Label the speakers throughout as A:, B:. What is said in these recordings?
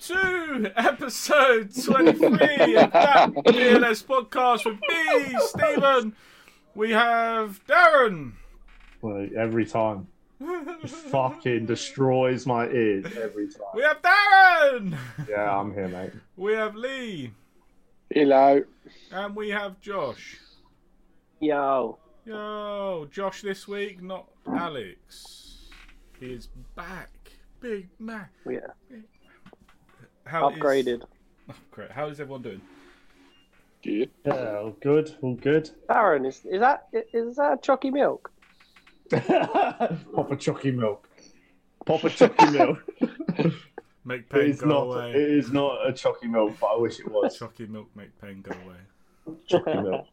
A: to episode 23 of that BLS podcast with me, Stephen. We have Darren.
B: Like, every time. Fucking destroys my ears every
A: We
B: time.
A: have Darren.
B: Yeah, I'm here, mate.
A: We have Lee.
C: Hello.
A: And we have Josh.
C: Yo.
A: Yo, Josh this week, not Alex. He is back. Big man.
C: Yeah.
A: How is-
C: upgraded.
A: Upgrade. How is everyone doing?
B: Yeah, all good, all good.
C: Darren, is, is that is that chalky milk?
B: Pop a chucky milk. Pop a chucky milk.
A: Make
B: it
A: pain
B: is
A: go
B: not.
A: away.
B: It is not a chucky milk, but I wish it was
A: Chucky milk make pain go away.
B: chucky milk.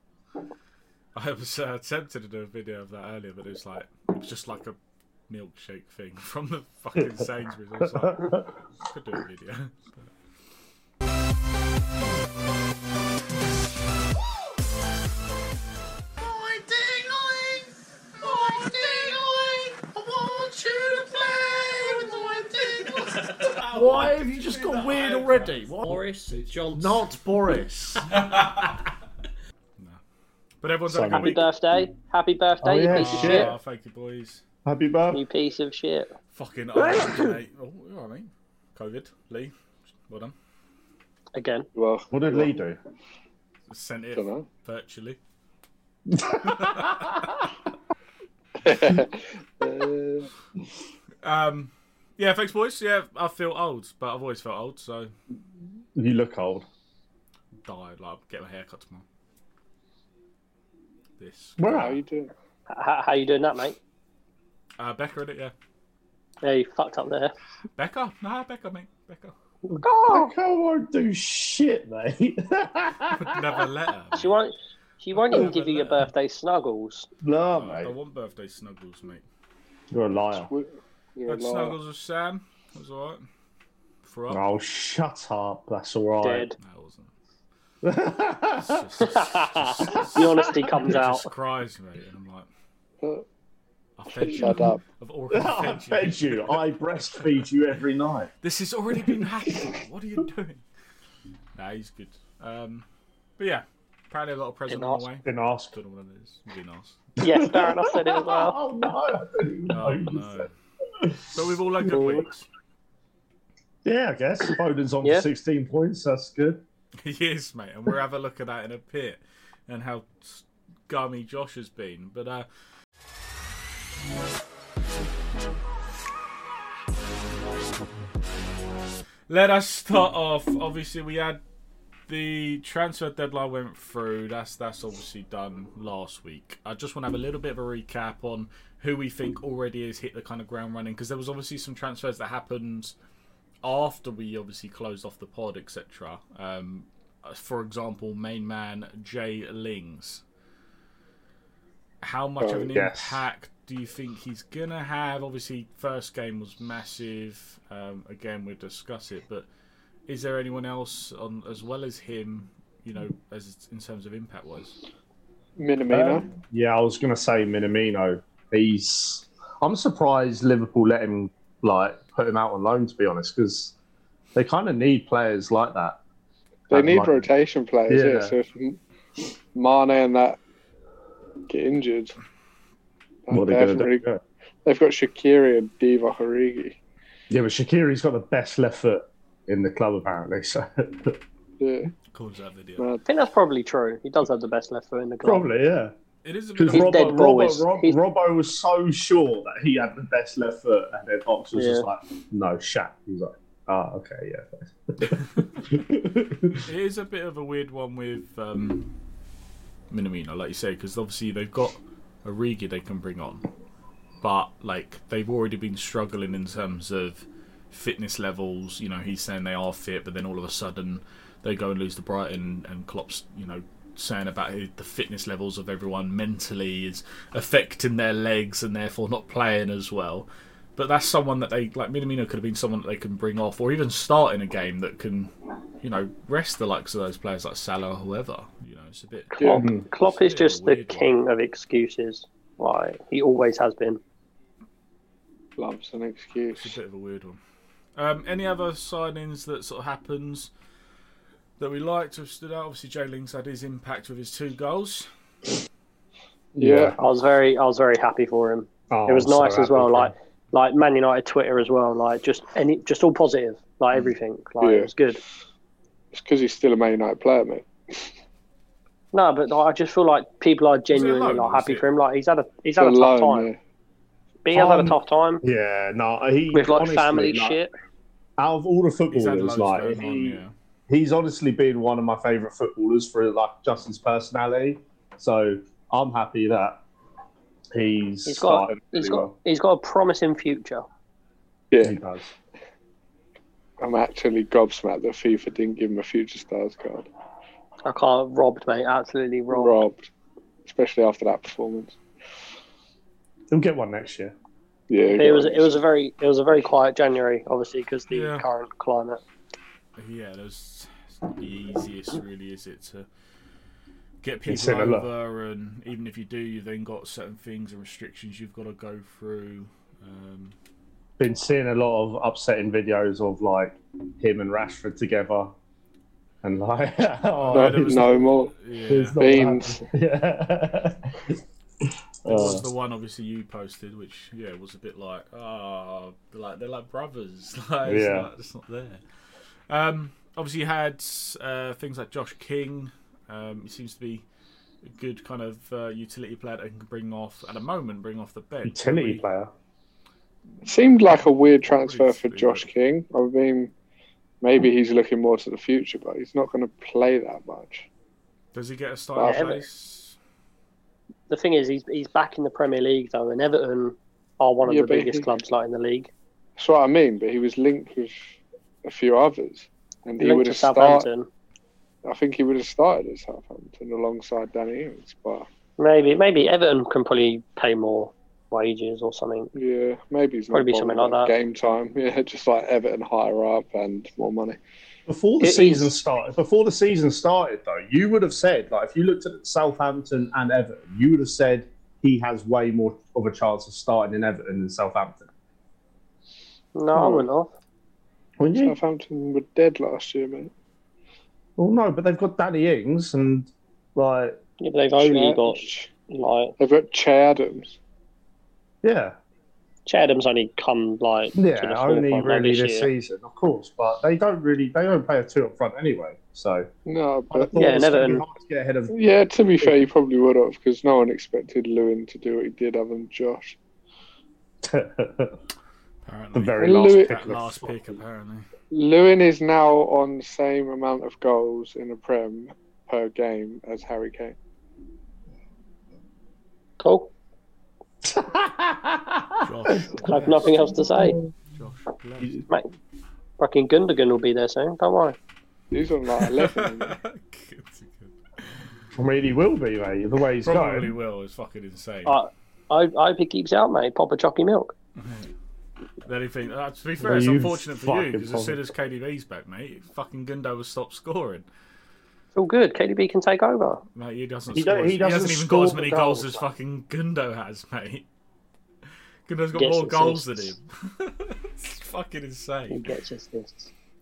A: I was uh, tempted to do a video of that earlier, but it was like it was just like a milkshake thing from the fucking Sainsbury's. I was like, I could do a video.
D: My dingling! My dingling! I want you to play with my dingling!
E: Why have you just got weird already? What?
F: Boris Johnson.
E: Not Boris.
A: But everyone's having
B: Sorry.
A: a
B: Happy
C: Happy
A: week.
C: birthday. Happy birthday,
B: Oh,
C: you
B: yeah,
C: piece of
B: shit.
C: shit.
A: Ah, thank you, boys.
B: Happy birthday.
C: You piece of shit.
A: Fucking Ireland, mate. Oh, you know what I mean? COVID. Lee, well done.
C: Again.
G: Well,
B: What did Lee do?
A: Sent it
G: don't know.
A: virtually.
G: Uh,
A: Um, yeah, thanks, boys. Yeah, I feel old, but I've always felt old, so
B: You look old.
A: died. Like, I'll get my hair cut tomorrow. This.
B: Where
G: how
B: are
G: you
B: you?
G: doing?
C: How, how you doing that, mate?
A: Uh, Becca, in it, yeah.
C: Yeah, you fucked up there.
A: Becca? Nah, Becca, mate. Becca.
B: I can't do shit, mate.
A: Never let her.
C: She won't. She won't even give you your birthday snuggles.
B: no,
A: I
B: mate.
A: want birthday snuggles, mate.
B: You're a liar.
G: We- Yeah,
A: Had
G: like-
A: snuggles with Sam. That was alright. For up.
B: Oh, shut up. That's all right.
C: Dead.
A: No, it wasn't. It's just, it's just,
C: The honesty comes out.
A: just cries, mate. And I'm like,
G: Uh,
A: I fed you.
G: Shut up.
A: I've already
B: I
A: fed you.
B: fed you. I breastfeed you every night.
A: This has already been happening. What are you doing? Nah, he's good. Um, but yeah, apparently I got a present
C: Didn't
A: on the
C: ask.
A: way.
B: Didn't ask.
A: Don't know what it is. Really nice.
C: Yes, Darren, I said it as well.
B: Oh no! I didn't
A: Oh,
B: know.
A: no. But we've all had good weeks.
B: Yeah, I guess Foden's on
C: Yeah.
B: for 16 points. That's good.
A: He is, mate, and we'll have a look at that in a bit, and how s- gummy Josh has been. But uh, let us start off. Obviously, we had the transfer deadline went through. That's that's obviously done last week. I just want to have a little bit of a recap on who we think already has hit the kind of ground running because there was obviously some transfers that happened after we obviously closed off the pod, etc. Um, for example, main man Jay Lings. How much of
G: Oh,
A: an
B: yes.
A: impact do you think he's gonna have? Obviously, first game was massive. Um, again, we'll discuss it, but is there anyone else on as well as him? You know, as in terms of impact wise,
G: Minamino.
B: Um, yeah, I was gonna say Minamino. He's. I'm surprised Liverpool let him like put him out on loan. To be honest, because they kind of need players like that.
G: they
B: um,
G: need
B: like-
G: rotation players, yeah.
B: Yeah.
G: So if M- Mane and that get injured, like,
B: What
G: they
B: are they
G: haven't
B: gonna
G: really,
B: do?
G: they've got Shakiri and Divock Origi.
B: Yeah, but Shakiri's got the best left foot in the club apparently. So
G: Yeah.
A: according to that video,
G: No,
C: I think that's probably true. He does have the best left foot in the club.
B: probably yeah.
A: it is a bit. Of,
B: Because
C: He's
B: Robbo,
C: dead ball
B: Robbo,
C: is-
B: Rob,
C: he's-
B: Robbo was so sure that he had the best left foot, and then Ox was just
C: Yeah.
B: like, "No, Shaq." He was like, "Ah, okay,
A: it is a bit of a weird one with um, Minamino, like you say, because obviously they've got Origi they can bring on, but like they've already been struggling in terms of fitness levels. You know, he's saying they are fit, but then all of a sudden they go and lose to Brighton, and Klopp's you know saying about his- the fitness levels of everyone mentally is affecting their legs and therefore not playing as well. But that's someone that they like. Minamino could have been someone that they can bring off, or even start in a game that can, you know, rest the likes of those players like Salah or whoever. You know, it's a bit.
G: Yeah.
C: Klopp, Klopp is
A: Yeah,
C: just the
A: weird one.
C: king of excuses. Like he always has been.
G: Loves an
A: It's
G: excuse.
A: a bit of a weird one. Um, any other signings that sort of happens that we like to have stood out? Obviously, Jay Ling's had his impact with his two goals.
G: Yeah.
C: I was very, I was very happy for him.
B: Oh,
C: it was
B: I'm so
C: nice as
B: happy
C: well.
B: for
C: Like,
B: him.
C: like Man United Twitter as well. Like, just any, just all positive. Like everything. Like
G: Mm. Yeah.
C: it was good.
G: It's because he's still a Man United player, mate.
C: No, but like, I just feel like people are genuinely
A: alone,
C: like
A: was
C: happy
A: it?
C: for him. Like he's had a, he's
G: He's
C: had a tough
G: alone,
C: time.
G: yeah.
C: But he has had
B: Um,
C: a tough time
B: yeah, no, he
C: with like
B: honestly,
C: family
B: like,
C: shit.
B: Out of all the
A: He's had
B: footballers,
A: loads
B: like
A: going on,
B: he,
A: yeah.
B: he's honestly been one of my favourite footballers for like just his personality. So I'm happy that he's
C: He's got-
B: started really
C: He's got,
B: well.
C: he's got a promising future.
G: Yeah,
B: He does.
G: I'm actually gobsmacked that FIFA didn't give him a future stars card.
C: I can't robbed, mate. Absolutely robbed.
G: Robbed, especially after that performance.
B: He'll get one next year.
G: Yeah,
C: It was it was a very it was a very quiet January, obviously, because the
A: Yeah.
C: current climate.
A: Yeah, that's it's not the easiest, really, is it to get
B: It's
A: people
B: in a lot.
A: over? And even if you do, you then got certain things and restrictions you've got to go through. Um,
B: Been seeing a lot of upsetting videos of like him and Rashford together, and like oh,
A: No, there was-
G: no more.
A: yeah,
B: it's not
G: Beans.
B: happening. Yeah.
A: It was
B: Uh,
A: the one obviously you posted, which yeah was a bit like ah, like they're like brothers, like it's,
B: Yeah.
A: not, it's not there. Um, obviously you had uh, things like Josh King. Um, he seems to be a good kind of uh, utility player that can bring off at a moment, bring off the bench.
B: utility
A: We-
B: player.
G: Seemed like a weird transfer for
A: Obviously,
G: Josh
A: but-
G: King. I mean, maybe he's looking more to the future, but he's not going to play that much.
A: Does he get a starting
G: Yeah, but-
A: place?
C: The thing is, he's he's back in the Premier League though, and Everton are one of
G: Yeah,
C: the
G: but
C: biggest
G: he-
C: clubs like in the league.
G: That's what I mean. But he was linked with a few others, and he
C: Linked
G: would
C: to
G: have started.
C: Southampton.
G: I think he would have started at Southampton alongside Danny Ings, but
C: Maybe maybe Everton can probably pay more wages or something.
G: yeah, maybe he's not
C: Probably be something
G: bothered
C: like
G: about
C: that.
G: Game time, yeah, just like Everton higher up and more money.
B: Before the
C: It
B: season started, before the season started, though, you would have said, like, if you looked at Southampton and Everton, you would have said he has way more of a chance of starting in Everton than Southampton.
C: No, I wouldn't have.
B: Wouldn't
C: Hmm.
B: you?
G: Southampton were dead last year, mate.
B: Well, no, but they've got Danny Ings, and like,
C: Yeah, but they've only
G: Chad-
C: got like
G: They've got Che Adams.
B: yeah,
C: Chadham's only come like to the
B: yeah,
C: forefront,
B: only
C: like,
B: really
C: this
B: this,
C: year.
B: season, of course. But they don't really, they don't play a two up front anyway. So
G: No,
B: I
G: but
B: thought it
C: Yeah,
B: was gonna be
C: Everton-
B: hard to get ahead of.
G: Yeah, to be fair, you probably would have because no one expected Lewin to do what he did other than Josh.
B: the
A: Apparently,
B: very
G: Lou-
B: last pick.
A: that
B: of the-
A: last pick apparently.
G: Lewin is now on the same amount of goals in a Prem per game as Harry Kane.
C: Cool.
A: Josh,
C: I have nothing else to say.
A: Josh, bless.
C: Fucking Gundogan will be there soon. Don't worry.
G: He's on like 11. isn't
A: Good, good.
B: I mean, he will be, mate. The way he's
A: Probably
B: going.
A: will. It's fucking
B: Uh,
A: insane.
C: I, I, I hope he keeps out, mate. Pop a chalky milk.
A: Then he think- uh, to be fair,
B: Well,
A: it's
B: you
A: unfortunate for you
B: fucking
A: because as soon as KDB's back, mate, fucking Gundo will stop scoring.
C: It's all good. KDB can take over.
A: Mate, he doesn't.
B: He
A: score,
B: don't-
A: as-
B: he
A: he,
B: doesn't
A: hasn't even got as
B: score
A: many
B: the
A: goals,
B: goals,
A: as
B: mate.
A: fucking Gundo has, mate. Gundo's got
C: Gets
A: more goals than
C: assists.
A: him. it's fucking
C: He
A: insane.
C: gets us this.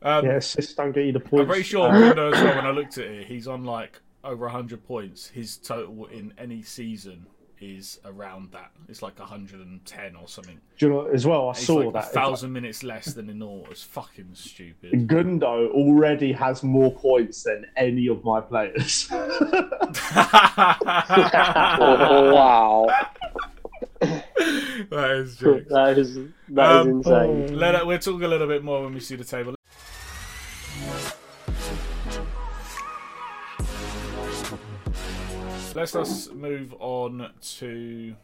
A: Um,
B: Yeah, assists don't get you the
A: I'm
B: points.
A: pretty sure Gundo as well. When I looked at it, he's on like over 100 points. His total in any season is around that. It's like 110 or something.
B: Do you know as well? I
A: It's
B: saw
A: like a
B: that It's
A: thousand minutes less than in all. It's fucking stupid.
B: like, Gundo already has more points than any of my players.
A: that
G: Oh, wow.
A: is jokes.
C: That is that is
A: Um,
B: oh.
C: insane.
A: Let it, we'll talk a little bit more when we see the table. Let's us move on to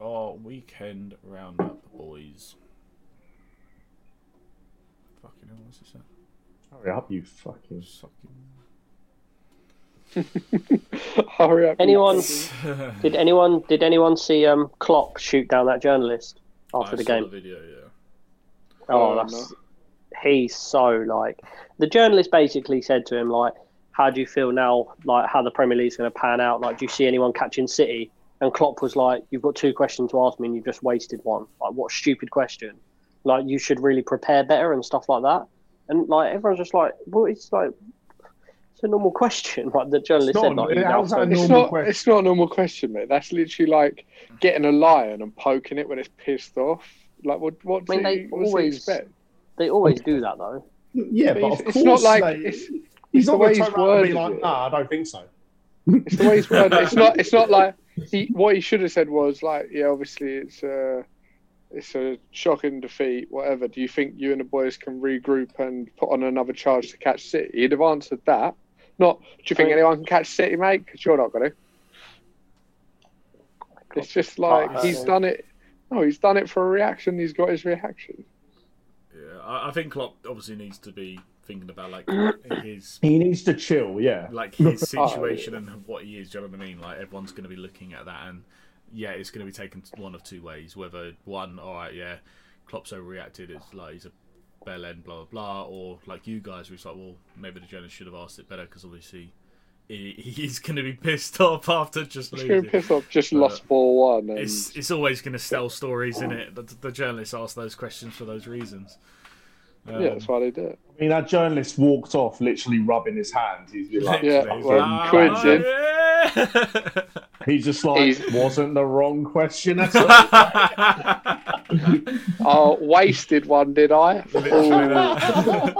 A: our weekend roundup, boys. Fucking hell, what's this? uh,
B: Hurry up, you fucking.
A: Sucking.
G: Hurry up. you
C: Anyone
A: After
C: did anyone did anyone see um Klopp shoot down that journalist after the game?
A: video, yeah.
C: Oh,
G: Oh,
C: that's he's so like the journalist basically said to him like, "How do you feel now? Like how the Premier League's going to pan out? Like do you see anyone catching City?" And Klopp was like, "You've got two questions to ask me, and you've just wasted one. Like what a stupid question." like you should really prepare better and stuff like that. And like everyone's just like, well, it's like it's a normal question. Like the journalist
B: It's
C: said,
B: not-
C: like, you
B: how's
C: know,
B: that a
G: It's
B: Normal
G: not.
B: question.
G: It's not a normal question, mate. That's literally like getting a lion and poking it when it's pissed off. Like, what? What do
C: I mean, they
G: you, what do you
C: always-
G: expect?
C: they always do that though.
B: Yeah,
G: But
B: but,
G: it's-
B: of
G: it's
B: course,
G: not like-
B: like,
G: it's-
B: he's
G: the
B: not
G: way
B: going to
G: he's
B: turn around and be
G: worded
B: like,
G: it.
B: "Nah, I don't think so."
G: It's the way he's worded. it. It's not. It's not like he. What he should have said was like, yeah, obviously it's a, it's a shocking defeat. Whatever. Do you think you and the boys can regroup and put on another charge to catch City? He'd have answered that. Not. Do you think anyone can catch City, mate? Because you're not going to. It's just like
C: Uh,
G: he's done it. No, he's done it for a reaction. He's got his reaction.
A: Yeah, I, I think Klopp obviously needs to be thinking about like his
B: He needs to chill. Yeah,
A: like
G: Oh,
A: his situation and what he is. Do you know what I mean? Like everyone's going to be looking at that, and yeah, it's going to be taken one of two ways. Whether one, all right, yeah, Klopp's overreacted. It's like he's a bell end, blah blah blah, or like you guys, where it's like, well, maybe the journalist should have asked it better because obviously he, he's going to be pissed off after just
G: He's going to
A: losing.
G: piss off. Just lost ball one. And
A: It's it's always going to sell stories in it. The, the journalists ask those questions for those reasons. Um,
G: yeah, that's why they do it.
B: I mean, that journalist walked off, literally rubbing his hand. He's been like,
G: Yeah,
A: Literally,
G: well,
A: ah,
G: coincidence.
A: yeah.
B: he's just like,
G: He's-
B: wasn't the wrong question. That's all.
G: Oh, wasted one, did I? Oh.
A: Literally that.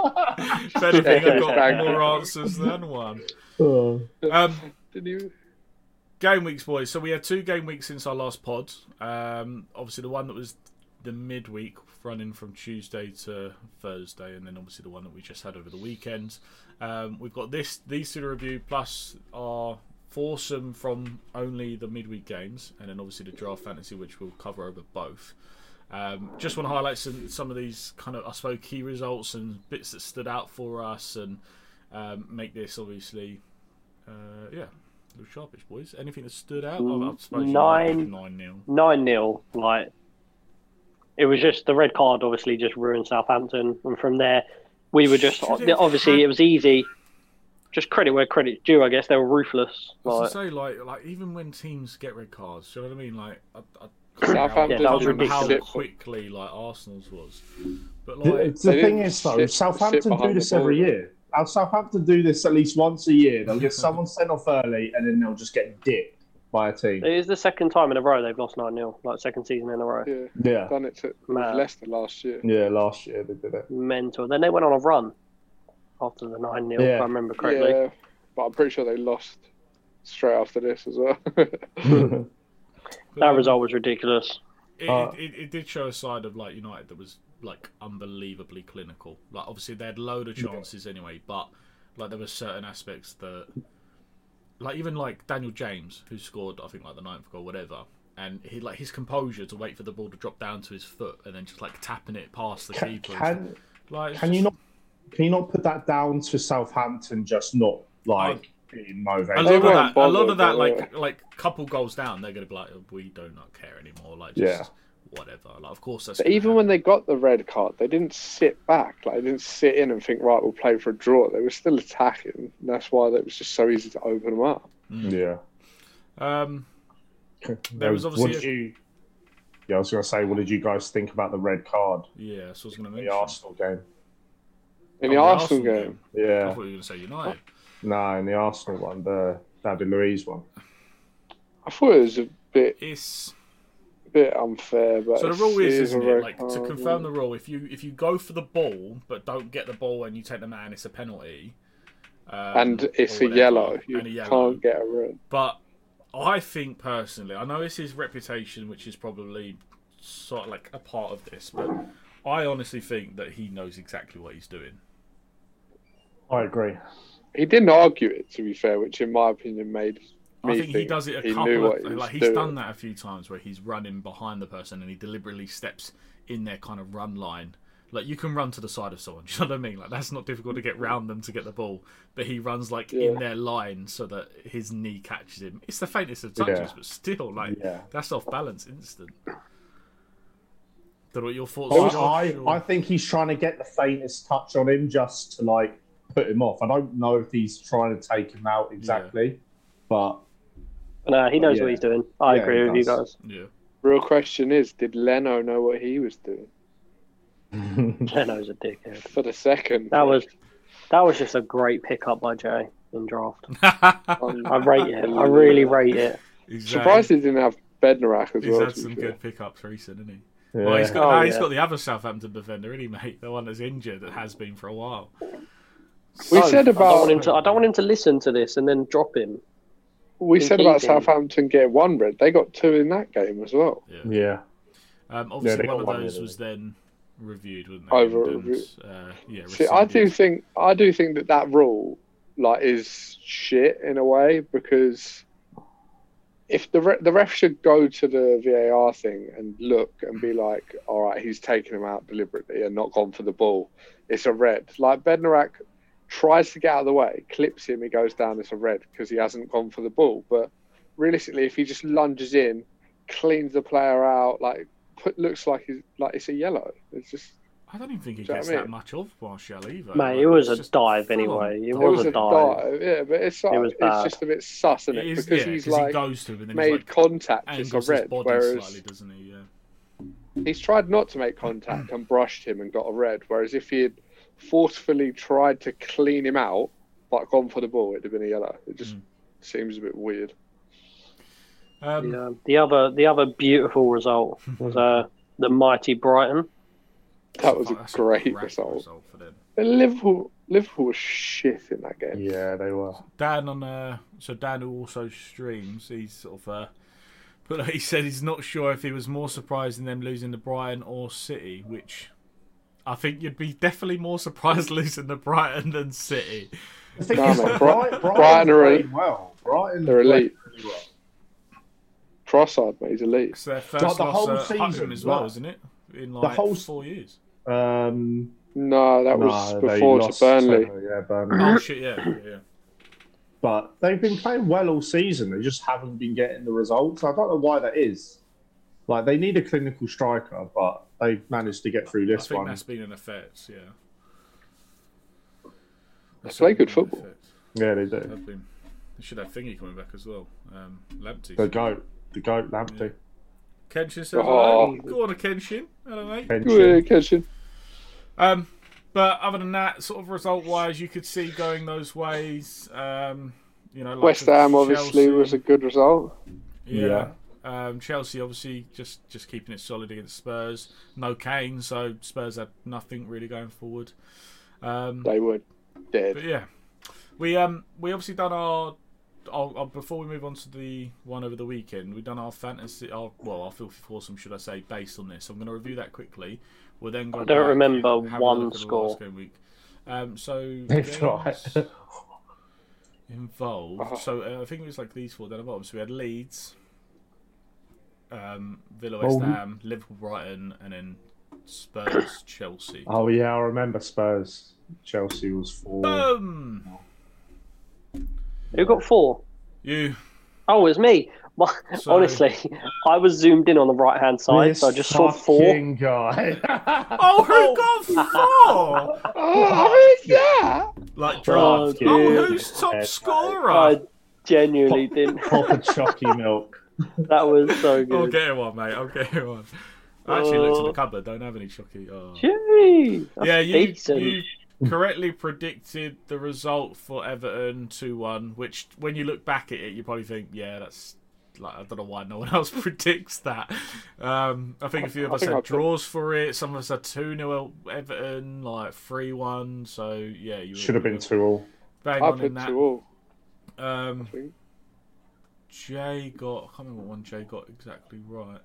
A: if anything, I've got
G: Thank you.
A: more answers than one.
B: Oh.
A: Um,
G: Didn't you?
A: game weeks, boys. So we had two game weeks since our last pod. Um, obviously, the one that was the midweek, running from Tuesday to Thursday, and then obviously the one that we just had over the weekend. Um, we've got this these two to review, plus our foursome from only the midweek games, and then obviously the draft fantasy, which we'll cover over both. Um, just want to highlight some some of these kind of I suppose key results and bits that stood out for us, and um, make this obviously, uh, yeah, a little sharpish, boys. Anything that stood out? Oh, I suppose you might
C: Nine.
A: have nine nil.
C: Nine 0 like it was just the red card. Obviously, just ruined Southampton, and from there we were just
A: Should it
C: obviously
A: have-
C: it was easy. Just credit where credit's due, I guess. They were ruthless.
A: I
C: Like,
A: was gonna say, like, like even when teams get red cards, do you know what I mean? Like, I, I
G: Southampton
A: I can't
C: was
A: remember how
G: ridiculous.
A: quickly like Arsenal's was, but
B: The,
A: like,
B: the
G: They
B: thing
G: didn't
B: is, though,
G: sit- sit
B: Southampton
G: behind
B: do this
G: the
B: every
G: ball.
B: year. Our Southampton do this at least once a year. They'll get someone sent off early, and then they'll just get dipped by a team.
C: it is the second time in a row they've lost nine 0 Like second season in a row.
G: Yeah,
B: Yeah,
G: done it to
C: Mad.
G: Leicester last year.
B: yeah. Last year they did it.
C: mental. Then they went on a run after the 9 0,
B: Yeah.
C: if I remember correctly.
G: Yeah, but I'm pretty sure they lost straight after this as well.
C: That result was ridiculous.
A: it,
B: Uh,
A: it, it, it did show a side of like United that was like unbelievably clinical. Like obviously they had load of chances anyway, but like there were certain aspects that, like even like Daniel James who scored I think like the ninth goal whatever, and he like his composure to wait for the ball to drop down to his foot and then just like tapping it past the
B: Can,
A: keeper.
B: can
A: like, it's
B: can
A: just-
B: you not can you not put that down to Southampton just not like being
A: a
B: motivated?
A: lot of
G: They weren't
A: that, a lot of
G: bothered,
A: that,
G: they
A: like like couple goals down, they're gonna be like, we do not care anymore. Like, just whatever. Like, of course that's
G: but
A: gonna
G: even when they
A: happen.
G: got the red card, they didn't sit back. Like they didn't sit in and think, right, we'll play for a draw. They were still attacking. And that's why it was just so easy to open them up.
B: Yeah.
A: um,
B: There
A: was obviously
B: What did
A: a-
B: you? Yeah, I was gonna say, what did you guys think about the red card
A: yeah, so I was gonna
B: in
A: mention
B: the Arsenal game?
G: In
A: Oh,
G: the Arsenal game,
A: I
B: Yeah,
A: thought you were gonna say United.
B: no, in the Arsenal one, the David Luiz one.
G: I thought it was a bit
A: It's
G: bit unfair. But
A: so the
G: it's-
A: rule is,
G: it
A: isn't
G: a red
A: it? Like to
G: card,
A: confirm the
G: yeah.
A: rule, if you if you go for the ball but don't get the ball and you take the man, it's a penalty. Um,
G: and it's
A: or
G: a
A: whatever,
G: yellow. You
A: and a yellow.
G: can't get a red.
A: But I think personally, I know it's his reputation, which is probably sort of like a part of this, but I honestly think that he knows exactly what he's doing.
B: I agree.
G: He didn't argue it, to be fair, which in my opinion made me
A: I think, he does it a
G: he knew
A: couple
G: what
A: of
G: he was
A: like he's
G: doing.
A: done that a few times where he's running behind the person and he deliberately steps in their kind of run line. Like you can run to the side of someone, do you know what I mean? Like that's not difficult to get round them to get the ball, but he runs like in
G: Yeah.
A: their line so that his knee catches him. It's the faintest of touches,
B: Yeah.
A: but still, like
B: Yeah.
A: that's off balance instant. Don't know what your thoughts are.
B: I, Oh, I,
A: Sure.
B: I think he's trying to get the faintest touch on him just to like put him off. I don't know if he's trying to take him out exactly, but
C: No, uh, he knows
B: Yeah.
C: what he's doing. I
B: Yeah,
C: agree
B: he
C: with you
B: does.
C: guys.
A: yeah.
G: Real question is, did Leno know what he was doing?
C: Leno's a dickhead.
G: for the second.
C: That was that was just a great pickup by Jay in draft. I rate it. I really rate it.
A: He's, uh,
G: surprised he didn't have Bednarak as
A: he's
G: well.
A: had
G: to be
A: some
G: fair.
A: good pickups recently, isn't he? Well, he's
B: Yeah.
A: got,
C: Oh,
A: ah, he's
C: yeah.
A: got the other Southampton defender, isn't he, mate? The one that's injured that has been for a while.
G: We
C: Oh,
G: said
C: I don't, want him
G: about
C: to, I don't want him to listen to this and then drop him.
G: we said about
C: competing.
G: Southampton getting one red. They got two in that game as well.
A: Yeah.
B: Yeah.
A: Um,
B: Yeah,
A: obviously,
B: they
A: one
B: got
A: of
B: one,
A: those
B: didn't
A: was then reviewed, wasn't it?
G: Over-
A: And,
G: review-
A: uh, yeah,
G: See, I do
A: rescinded.
G: think I do think that that rule like is shit in a way because if the re- the ref should go to the VAR thing and look and be like, all right, he's taken him out deliberately and not gone for the ball. It's a red. Like Bednarak tries to get out of the way, clips him, he goes down. It's a red because he hasn't gone for the ball. But realistically, if he just lunges in, cleans the player out, like put, looks like he's like it's a yellow. It's just
A: I don't even think he
G: Do you know
A: gets
G: what I
A: that
G: mean?
A: much of Martial either.
C: Mate,
A: Like,
C: it was
A: it's
C: a
A: just
C: dive
A: full on
C: anyway. It
A: dive.
C: was a dive.
G: yeah, but it's like,
C: It was
G: it's
C: bad.
G: just a bit sus, isn't it?
A: It is, yeah,
G: because
A: 'cause
G: he's
A: he
G: like
A: goes to him and then
G: made
A: he's like,
G: contact, it's a
A: angles his
G: red.
A: body
G: Whereas
A: slightly, doesn't he? Yeah.
G: he's tried not to make contact and brushed him and got a red. Whereas if he had forcefully tried to clean him out but gone for the ball, it'd have been a yellow. It just
A: Mm.
G: seems a bit weird.
A: Um,
C: Yeah. The other the other beautiful result was uh, the mighty Brighton.
G: That was a
A: that's
G: great
A: crap
G: result.
A: for them.
G: And Liverpool, Liverpool was shit in that game.
B: Yeah, they were.
A: Dan on uh, so Dan who also streams, he's sort of uh, but he said he's not sure if he was more surprised in them losing to Brighton or City, which I think you'd be definitely more surprised losing to Brighton than City.
B: The thing
G: No,
B: is, Brighton,
G: mate, Brighton
B: Brighton
G: are
B: played well. Brighton
G: They're
B: played
G: elite.
B: really well.
G: Crossard, mate, he's elite.
A: So their first
B: Like the
A: loss
B: whole
A: at Putnam
B: season,
A: as well,
B: like-
A: isn't it? In like
B: whole s-
A: four years.
B: Um,
G: No, that was
B: no, they
G: before to
B: lost
G: Burnley.
B: to- yeah, Burnley.
A: oh shit, yeah, yeah, yeah.
B: but they've been playing well all season. They just haven't been getting the results. I don't know why that is. Like they need a clinical striker, but they managed to get through
A: I
B: this
A: think
B: one.
A: that's been an effect, yeah. That's certainly
G: play good
A: been an
G: football.
A: effect.
B: Yeah, they do.
A: They've been- They should have Thingy coming back as well. Um, Lamptey.
B: The goat, the goat, Lamptey.
A: Kenshin says
G: Oh.
A: hello. Go on, Kenshin. Hello, mate.
B: Kenshin.
G: Good catching.
A: Um, but other than that, sort of result-wise, you could see going those ways. Um, you know, like
G: West
A: the
G: Ham obviously
A: Chelsea-
G: was a good result.
A: yeah. Um, Chelsea obviously just just keeping it solid against Spurs. No Kane, so Spurs had nothing really going forward. Um,
G: They were dead.
A: but yeah, we um we obviously done our, our, our- before we move on to the one over the weekend. We've done our fantasy, our well, our filthy foursome, should I say, based on this. I'm going to review that quickly. We'll then go.
C: I don't
A: back,
C: remember
A: have a look at
C: one
A: the last
C: score.
A: game week. Um, so
B: It's all
A: games
B: right.
A: involved.
G: Uh-huh.
A: So uh, I think it was like these four down the bottom. So we had Leeds, um, Villa,
B: Well,
A: West
B: Oh, we-
A: Ham, Liverpool, Brighton, and then Spurs, Chelsea.
B: Oh yeah, I remember Spurs. Chelsea was four.
A: Oh. Boom!
C: Who got four?
A: You
C: Oh, it's me. My,
A: So-
C: honestly, I was zoomed in on the right hand side,
B: This
C: so I just saw four.
B: fucking guy.
A: Oh, who got four?
G: Oh, who's that?
A: like
B: Oh,
A: draft.
B: dude.
A: Oh, who's top
B: Yeah.
A: scorer?
C: I genuinely didn't.
B: Proper chalky milk.
C: that was so
A: I'll
C: good.
A: get him one, mate. I'll get him one. I actually looked in the
C: Oh.
A: cupboard. Don't have any chucky. Oh.
C: Gee, that's
A: Yeah, you,
C: decent.
A: you correctly predicted the result for Everton 2 1, which when you look back at it, you probably think, yeah, that's. Like, I don't know why no one else predicts that. Um, I think a few of
G: I
A: us
G: think I
A: had
G: put-
A: draws for it. Some of us had 2 0 Everton, like 3 1. So, yeah, you were-
B: Should have
A: you were
B: been two all.
A: Bang
G: I
A: on in
G: put
A: that.
G: two all.
A: Um,
G: think.
A: Jay got. I can't remember what one Jay got exactly right.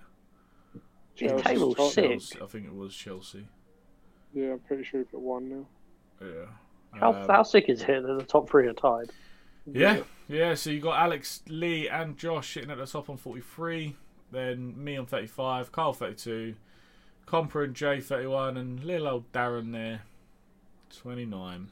C: It's
G: Chelsea's
C: table
G: top.
C: six.
A: Chelsea, I think it was Chelsea.
G: Yeah, I'm pretty sure he put one now.
A: Yeah.
C: How,
A: Um,
C: how sick is it that the top three are tied?
A: yeah, yeah. So you got Alex Lee and Josh sitting at the top on 43. Then me on 35, Carl 32, Comper and Jay 31, and little old Darren there 29.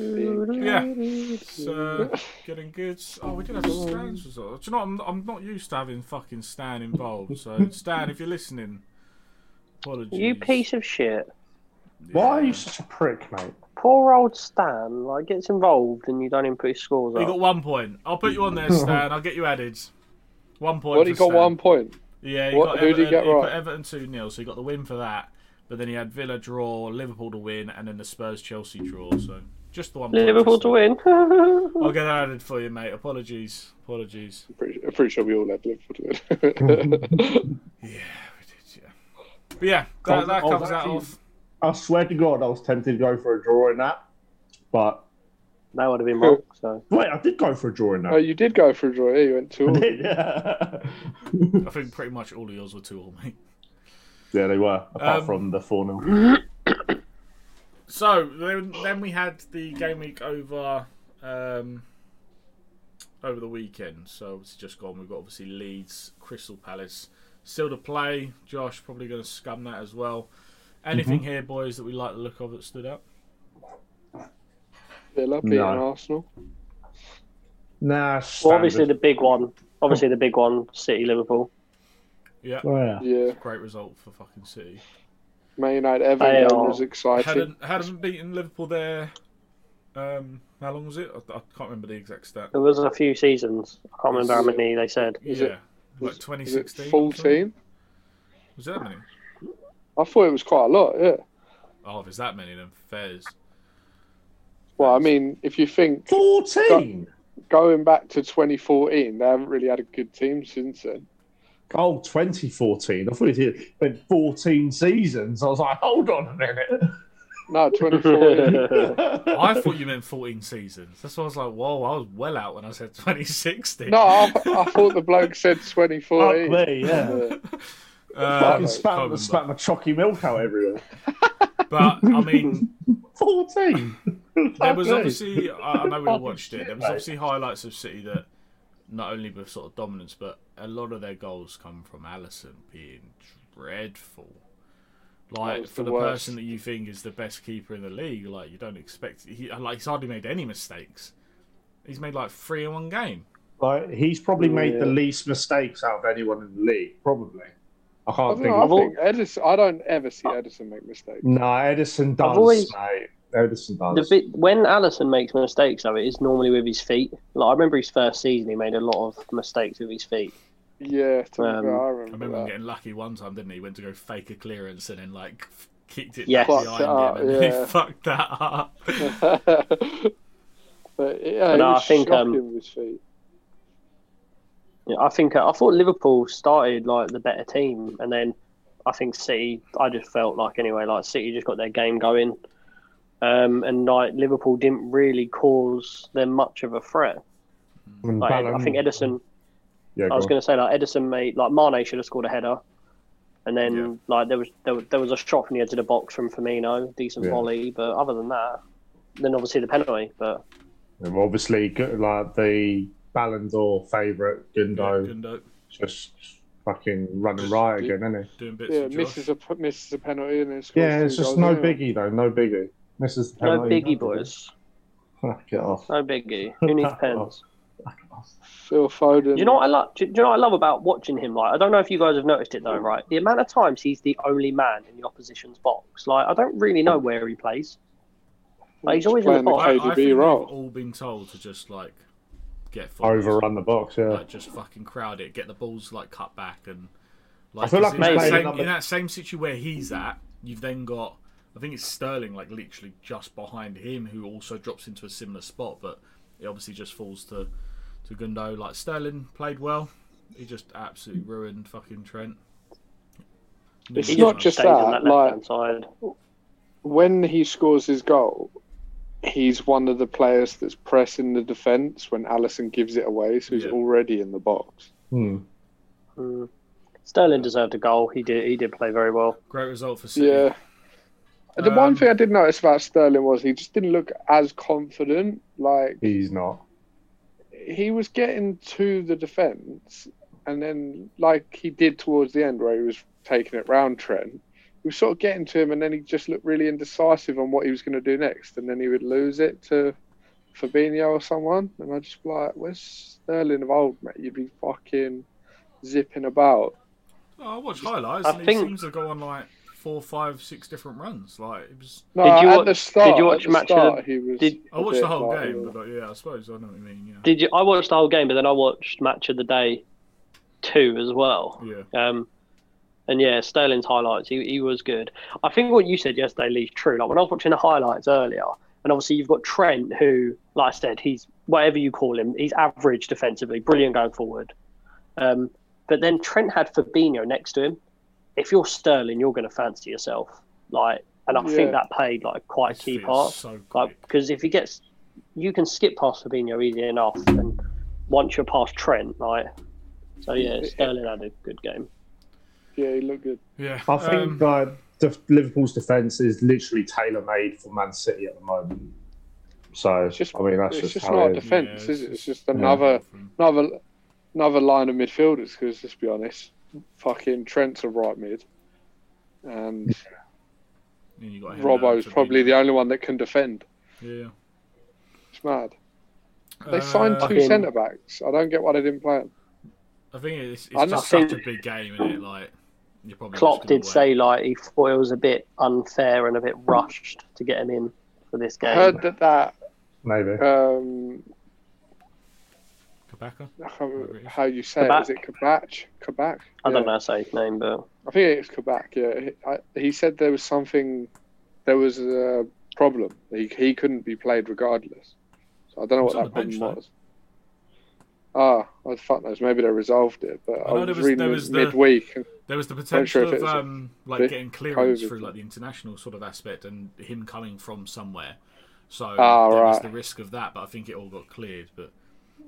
A: Yeah. So getting good. Oh, we did have
C: Mm.
A: Stan's result. Do you know? what? I'm I'm not used to having fucking Stan involved. So Stan, if you're listening, apologies.
C: You piece of shit.
B: Why are
A: Yeah.
B: you such a prick, mate?
C: Poor old Stan like gets involved and you don't even put his scores
A: You
C: up.
A: got one point. I'll put you on there, Stan. I'll get you added. One point.
G: What
A: for
G: he got
A: Stan.
G: one point.
A: Yeah, he
G: What-
A: got
G: who did he
A: Everton,
G: get
A: he put
G: right?
A: Everton two 0 so he got the win for that. But then he had Villa draw, Liverpool to win, and then the Spurs Chelsea draw. So just the one. point.
C: Liverpool to win.
A: I'll get that added for you, mate. Apologies. Apologies.
G: I'm pretty, I'm pretty sure we all had Liverpool to win.
A: Yeah, we did, yeah. But yeah, that,
B: Covers-
A: that
B: oh,
A: covers that
B: actually-
A: off.
B: I swear to God, I was tempted to go for a draw in that, but
C: that would have been wrong. So
B: wait, I did go for a draw in
G: oh,
B: that.
G: you did go for a draw. Yeah, you went
B: I
G: two.
B: did. yeah,
A: I think pretty much all of yours were two all, mate.
B: they were apart
A: Um,
B: from the four 0
A: So then, then we had the game week over um, over the weekend. So it's just gone. We've got obviously Leeds, Crystal Palace still to play. Josh probably going to scum that as well. Anything here, boys, that we like the look of that stood out?
G: Villa beating
B: No.
G: Arsenal.
B: Nah,
C: well, obviously the
B: standard.
C: big one, obviously the big one, City Liverpool.
A: Yeah,
B: Oh, yeah.
G: Yeah,
A: great result for fucking City.
G: Man United
C: They
G: Everton
C: are-
G: was exciting.
A: Hadn't hadn't beaten Liverpool there. Um, how long was it? I, I can't remember the exact stat.
C: There was a few seasons. I can't remember how many they said.
G: Is
A: yeah,
G: it-
A: like
G: Is it
A: 2016. or something?
G: 14?
A: Was that many?
G: I thought it was quite a lot. Yeah.
A: Oh, if it's that many, then fairs.
G: Well, I mean, if you think
B: fourteen.
G: going back to 2014, they haven't really had a good team since then.
B: Oh, 2014. I thought it had been 14 seasons. I was like, hold on a minute.
G: No, 2014.
A: I thought you meant 14 seasons. That's why I was like, whoa, I was well out when I said Uh, 2016.
G: no, I, I thought the bloke said
B: Fuck
G: 2014.
B: me, yeah.
G: Yeah.
B: I
A: Um,
B: can spat,
A: uh, can't
B: spat my chalky milk out everywhere.
A: but I mean,
B: 14.
A: there was
B: Fuck me.
A: obviously, I I know we all watched it, there was
B: Fucking
A: obviously highlights of City that not only were sort of dominance, but a lot of their goals come from Allison being dreadful. Like,
G: was
A: for
G: the
A: the
G: worst.
A: person that you think is the best keeper in the league, like, you don't expect, he, like, he's hardly made any mistakes. He's made like three in one game.
B: Like, he's probably made the
G: Yeah.
B: least mistakes out of anyone in the league, probably. I
G: I
B: can't
G: don't
B: think
G: know, I
B: of
G: think Edison. I don't ever see Edison make mistakes.
B: No, Edison does,
C: always-
B: mate. Edison
C: The
B: does.
C: bit, when Allison makes mistakes, though, it is normally with his feet. Like I remember his first season, he made a lot of mistakes with his feet.
G: Yeah, to be
C: Um,
G: fair, I
A: I
G: remember,
A: remember him
G: that.
A: getting lucky one time, didn't he? He Went to go fake a clearance and then like f- kicked it
C: Yes.
A: behind
G: Fucked
A: him,
G: it up,
A: and
G: yeah.
A: he fucked that up.
G: but yeah,
C: But
G: he
C: no, I
G: was
C: think, um,
G: shocking with his feet.
C: Yeah, I think I thought Liverpool started like the better team, and then I think City. I just felt like anyway, like City just got their game going, um, and like Liverpool didn't really cause them much of a threat.
B: And
C: Like, I
G: um,
B: Ballon-
C: think Edison.
B: Yeah,
C: I
B: go
C: was
B: on.
C: going to say like Edison made like Mane should have scored a header, and then
A: Yeah.
C: like there was there, was- there was a shot from the edge of the box from Firmino, decent
B: Yeah.
C: volley, but other than that, then obviously the penalty. But
B: And Obviously, good, like the Ballon d'Or favourite, Gundo,
A: Gundo
B: just fucking running
G: Just
B: riot
G: do-
B: again, isn't he?
A: doing bits
G: Yeah,
A: of Josh.
G: misses a p- misses a penalty and then scores.
B: Yeah, it's
G: two
B: just
G: goals,
B: no
G: isn't it?
B: biggie though, no biggie. This is the
C: no
B: penalty.
C: biggie, boys.
B: Fuck it off.
C: No biggie. Who
G: Oh.
C: needs pens?
G: Phil Foden.
C: Do you know what I love? Do you know what I love about watching him? Like, I don't know if you guys have noticed it though,
G: Mm.
C: right? The amount of times he's the only man in the opposition's box. Like, I don't really know where he plays. Like, he's always in the
G: Playing the
A: I, I
C: box.
A: think
G: KDB
A: we've
G: role.
A: all been told to just like get forwards.
B: Overrun the box, yeah.
A: like just fucking crowd it, get the balls like cut back and
B: I feel
A: 'cause
B: like
A: in,
C: he's
A: that
C: playing
A: same,
B: another-
A: in that same situation where he's at, you've then got I think it's Sterling like literally just behind him who also drops into a similar spot, but it obviously just falls to to Gundo. Like Sterling played well, he just absolutely ruined fucking Trent.
G: It's
A: Numerous
G: not
A: times.
G: just
C: Stays on
G: that,
C: that
G: like-
C: left-hand side.
G: when he scores his goal, he's one of the players that's pressing the defence when Allison gives it away, so he's
A: Yeah.
G: already in the box.
B: Hmm.
C: Mm. Sterling deserved a goal. He did. He did play very well.
A: great result for City.
G: Yeah. The
A: Um,
G: one thing I did notice about Sterling was he just didn't look as confident. Like
B: He's not.
G: he was getting to the defence, and then like he did towards the end where he was taking it round Trent. He was sort of getting to him, and then he just looked really indecisive on what he was going to do next, and then he would lose it to Fabinho or someone. And I just be like, "Where's Sterling of old, mate? You'd be fucking zipping about."
A: Oh, I watched highlights.
C: I
A: and
C: think-
A: he seems to go on like four, five, six different runs. Like it was.
G: No,
C: Did you
G: at
C: watch-
G: the start,
C: did you
G: at
C: watch
G: the
C: match of the-
G: Start, he was
C: did-
A: I watched
G: a
A: the
G: bit
A: whole
G: like-
A: game, but like, yeah, I suppose I know what you mean. Yeah.
C: Did you? I watched the whole game, but then I watched Match of the Day two as well.
A: Yeah.
C: Um, And yeah, Sterling's highlights, he, he was good. I think what you said yesterday, Lee, is true. Like when I was watching the highlights earlier, and obviously you've got Trent, who, like I said, he's whatever you call him, he's average defensively, brilliant going forward. Um, but then Trent had Fabinho next to him. If you're Sterling, you're going to fancy yourself. Like, and I
G: Yeah.
C: think that played like quite a
A: This
C: key
A: feels
C: part.
A: So quick.
C: Like because if he gets, you can skip past Fabinho easy enough, and once you're past Trent, like, so yeah, Sterling had a good game.
G: Yeah, he looked good.
A: yeah,
B: I
A: um,
B: think uh, def- Liverpool's defense is literally tailor made for Man City at the moment. So
G: It's just,
B: I mean, that's
G: it's
B: just,
G: just,
B: how
G: not
B: it
G: a
B: is.
G: defence,
A: Yeah,
G: is it?
A: it's
G: It's just another, another, another line of midfielders. Because let's be honest, fucking Trent's a right mid, and
A: and you got him
G: Robbo's
A: there,
G: probably
A: Fabinho.
G: the only one that can defend.
A: Yeah.
G: It's mad. They signed
A: Uh,
G: two
C: Fucking-
G: centre backs. I don't get why they didn't play 'em.
A: I think it's,
G: I'm
A: it's just
C: not-
A: such a big game, isn't it? Like, you're probably
C: Klopp
A: just gonna
C: did
A: wait.
C: say like he thought it was a bit unfair and a bit rushed to get him in for this
G: I
C: game.
G: heard that that
B: Maybe.
G: um,
A: Kabaka?
G: I can't remember
A: Whatever it is.
G: how you say it. Is it Kabach? Kabach?
C: I don't
G: Yeah.
C: know how to say his name, but
G: I think it's Quebec. Yeah, he, I, he said there was something, there was a problem. He he couldn't be played regardless. So I don't know
A: It's
G: what
A: on
G: that
A: the bench,
G: problem was. Ah, I fuck knows. Maybe they resolved it, but I,
A: know
G: was,
A: there was-
G: reading
A: there
G: it
A: was the-
G: midweek. and
A: There was the
G: sure
A: potential
G: if it
A: of
G: was a
A: um, like
G: bit
A: getting clearance
G: COVID.
A: through like the international sort of aspect and him coming from somewhere. So
G: Ah,
A: there was
G: right.
A: the risk of that, but I think it all got cleared. But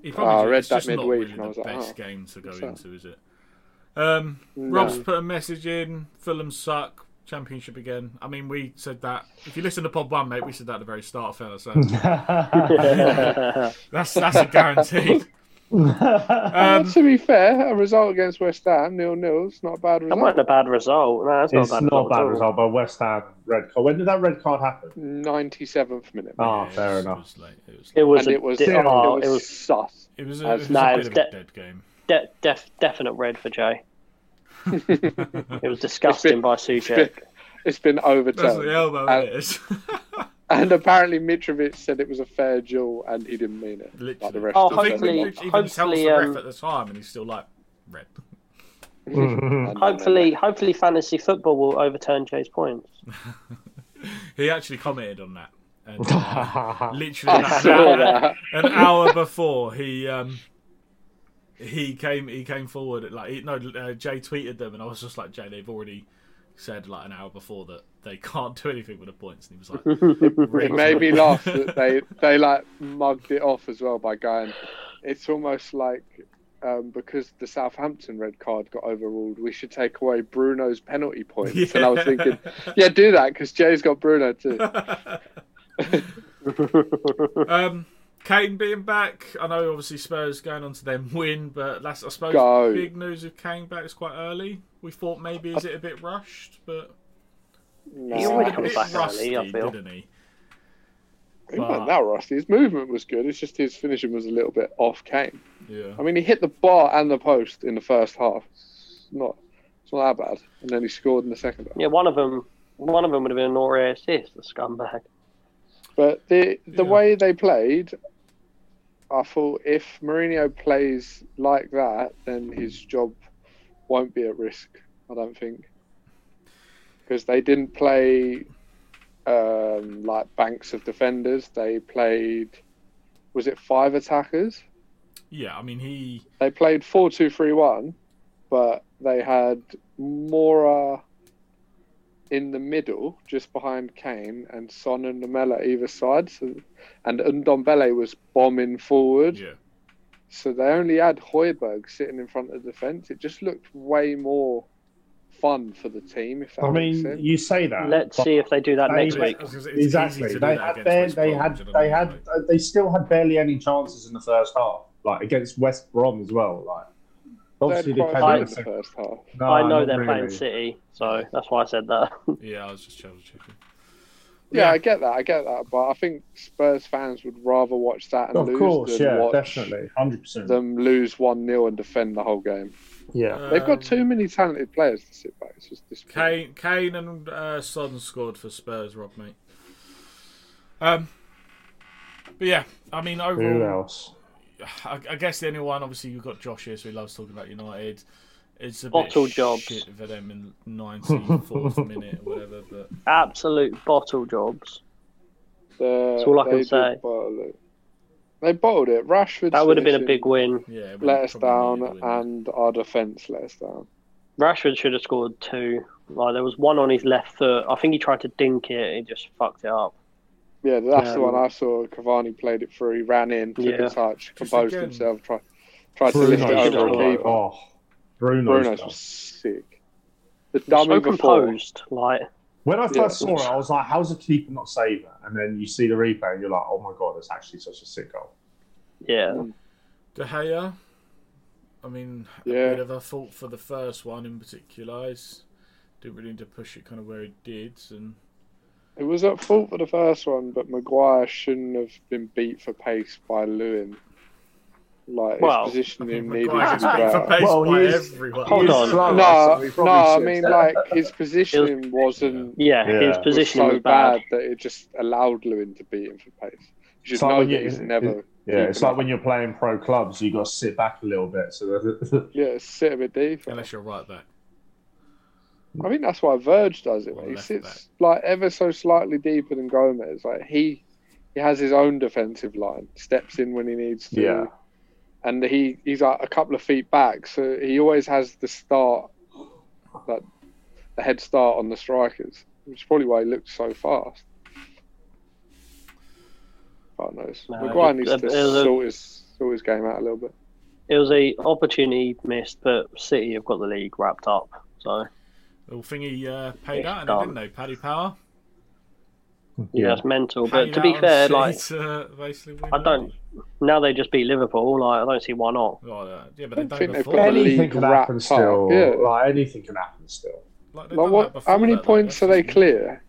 A: he
G: Ah, I
A: probably
G: read
A: it's
G: that
A: just not
G: midweek
A: really
G: and I was
A: the
G: like,
A: best
G: oh,
A: game to go
G: what's that?
A: into, is it? Um,
G: No.
A: Rob's put a message in. Fulham suck. Championship again. I mean, we said that. If you listen to Pod One, mate, we said that at the very start, fella. So that's that's a guarantee.
G: Well,
A: Um,
G: Uh, to be fair, a result against West Ham, nil nil, it's not a bad
C: that wasn't
G: result.
C: a bad result. No, that's not
B: it's
C: a bad
B: not a
C: result. at
B: bad
C: all.
B: result, but West Ham red card. When did that red card happen?
G: Ninety seventh minute,
B: Oh,
A: Yeah, it
B: fair
A: was-
B: enough.
A: It was, like, it was,
C: It was
G: and
C: a
G: it was,
C: di-
B: Damn,
C: oh, it was
G: sus.
A: it was a,
G: Uh,
A: it was a
C: no,
A: bit
C: it's
A: of
C: de-
A: a dead game.
C: de- def- definite red for Jay. it was
G: It's been-
C: disgusting by
G: been-
C: Suchet.
G: It's been
A: That's
G: overturned,
A: the elbow
G: uh,
A: it is.
G: and apparently Mitrovic said it was a fair duel, and he didn't mean it.
A: Literally.
G: Like the rest
C: Oh,
G: of
A: I think
C: hopefully-
G: the
A: Mitrovic even tells
C: hopefully,
A: the ref
C: um,
A: at the time, and he's still like red.
B: Mhm.
C: Hopefully, hopefully, fantasy football will overturn Jay's points.
A: He actually commented on that. And, uh, literally,
G: I
A: about
G: saw
A: an, hour,
G: that.
A: an hour before he um, he came he came forward. Like he, no, uh, Jay tweeted them, and I was just like, Jay, they've already said like an hour before that they can't do anything with the points, and he was like,
G: It made me laugh that they they like mugged it off as well by going. It's almost like um, because the Southampton red card got overruled, we should take away Bruno's penalty points. And I was thinking, yeah, do that because Jay's got Bruno too.
A: um, Kane being back. I know obviously Spurs going on to them win, but that's I suppose
G: Go.
A: big news of Kane back is quite early. We thought maybe is it a bit rushed, but
G: No,
C: He's
A: seemed
C: already
A: a
C: come
A: bit
C: back early, I feel.
A: didn't he?
G: he wasn't that rusty. His movement was good. It's just his finishing was a little bit off. Came.
A: Yeah.
G: I mean, he hit the bar and the post in the first half. It's not, it's not that bad. And then he scored in the second half.
C: Yeah, one of them, one of them would have been an Aurier assist. The scumbag.
G: But the the
A: Yeah.
G: way they played, I thought if Mourinho plays like that, then his job won't be at risk. I don't think because they didn't play um, like banks of defenders. They played was it five attackers?
A: Yeah. I mean he.
G: They played four two three one, but they had Mora in the middle, just behind Kane, and Son and Lamella either side. So, and Ndombele was bombing forward.
A: Yeah.
G: So they only had Hoiberg sitting in front of the defence. It just looked way more fun for the team, if that
B: I
G: makes
B: mean,
G: sense.
B: you say that.
C: Let's
B: Uh, but-
C: see if they do that
B: They-
C: next week.
A: It's- it's easy to
B: Exactly.
A: do
B: They
A: that
B: had,
A: against
B: their,
A: West
B: they,
A: Brom,
B: had,
A: do you know what I
B: they
A: mean?
B: had, uh,
A: Like,
B: they still had barely any chances in the first half, like against West Brom as well. Like,
G: they had
B: obviously, they
G: quite
B: came
G: a
B: out
G: bit in
B: and
G: the
B: said,
G: first half.
B: "No,
C: I know
B: Oh, not
C: they're playing
B: really."
C: City, so that's why I said that.
A: Yeah, I was just challenge checking.
G: Yeah, I get that. I get that. But I think Spurs fans would rather watch that and
B: Of
G: lose
B: course,
G: than
B: yeah,
G: watch
B: definitely, hundred percent.
G: them lose 1 0 and defend the whole game.
B: Yeah,
G: They've
A: Um,
G: got too many talented players to sit back. It's just this.
A: Kane, Kane and uh, Son scored for Spurs, Rob, mate. Um, but yeah, I mean,
B: who
A: overall,
B: else?
A: I, I guess the only one, obviously, you've got Josh here, so he loves talking about United. It's a
C: Bottle
A: bit
C: jobs.
A: shit for them in 94th minute or whatever, but
C: Absolute bottle jobs.
G: That's
C: all I can say.
G: They bottled it. Rashford.
C: That would have been a big win.
A: yeah. we
G: Let us
A: probably
G: down,
A: needed to win.
G: and our defence let us down.
C: Rashford should have scored two. Like there was one on his left foot. I think he tried to dink it. He just fucked it up.
G: Yeah, that's the
C: Yeah.
G: one I saw. Cavani played it through. He ran in, took
C: Yeah.
G: a touch,
A: Just
G: composed
A: again.
G: himself, tried, tried to lift
B: Bruno's
G: it
C: Bruno's
G: over
C: done
G: a
B: done.
G: keeper.
B: Oh, Bruno's,
G: Bruno's
B: done.
G: was sick. The
C: So
G: dummy before.
C: composed. Like
B: When I
G: Yeah.
B: first saw it, I was like, "How's a keeper not save that?" And then you see the replay, and you're like, "Oh my god, that's actually such a sick goal."
C: yeah.
A: De Gea, I mean, a
G: Yeah.
A: bit of a fault for the first one in particular. He's, didn't really need to push it kind of where he did, and
G: It was at fault for the first one, but Maguire shouldn't have been beat for pace by Lewin. Like
C: Well,
G: his positioning needed to
A: Maguire
G: be
A: was being
G: better.
A: replaced
B: Well, he
A: by
B: is-
A: everyone.
C: Hold
B: He is
C: on.
B: slow,
G: No,
B: so he
G: no,
B: probably
G: I
B: should.
G: mean like his positioning wasn't
C: Yeah, his
B: Yeah.
G: was
C: positioning
G: so
C: was bad.
G: that it just allowed Lewin to beat him for pace. You should
B: So,
G: know
B: yeah,
G: that he's
B: it-
G: never.
B: Yeah, it's like when you're playing pro clubs, you got to sit back a little bit. So that-
G: Yeah, sit a bit deeper.
A: Unless you're right back.
G: I think that's why Verge does it.
A: Or
G: mate. He
A: left
G: sits
A: back.
G: like ever so slightly deeper than Gomez. Like he, he has his own defensive line. Steps in when he needs to.
B: yeah,
G: and he he's like a couple of feet back, so he always has the start, like the head start on the strikers, which is probably why he looks so fast. But no, it's-
C: No,
G: Maguire
C: it-
G: needs
C: it-
G: to
C: it-
G: sort his sort his game out a little bit.
C: It was a opportunity missed, but City have got the league wrapped up. So
A: Little thingy uh, paid
C: It's
A: out, and
C: done.
A: didn't they? Paddy Power.
C: yeah,
B: Yeah.
C: it's mental.
A: Paid
C: But to
A: out
C: be
A: on
C: fair,
A: City
C: like
A: to basically win
C: I don't-
A: it.
C: now they just beat Liverpool. Like I don't see why not.
A: Oh, uh, yeah, but
G: I
A: they've
G: don't
A: done
G: think
A: it
G: they've
A: before.
G: got
A: Like,
G: the league
B: anything can happen
G: wrapped
B: still.
G: up, yeah.
B: Like anything can happen still.
A: they've
G: Like
A: done
G: what?
A: that
G: How many
A: before, though,
G: points are
A: that's
G: they
A: just-
G: clear?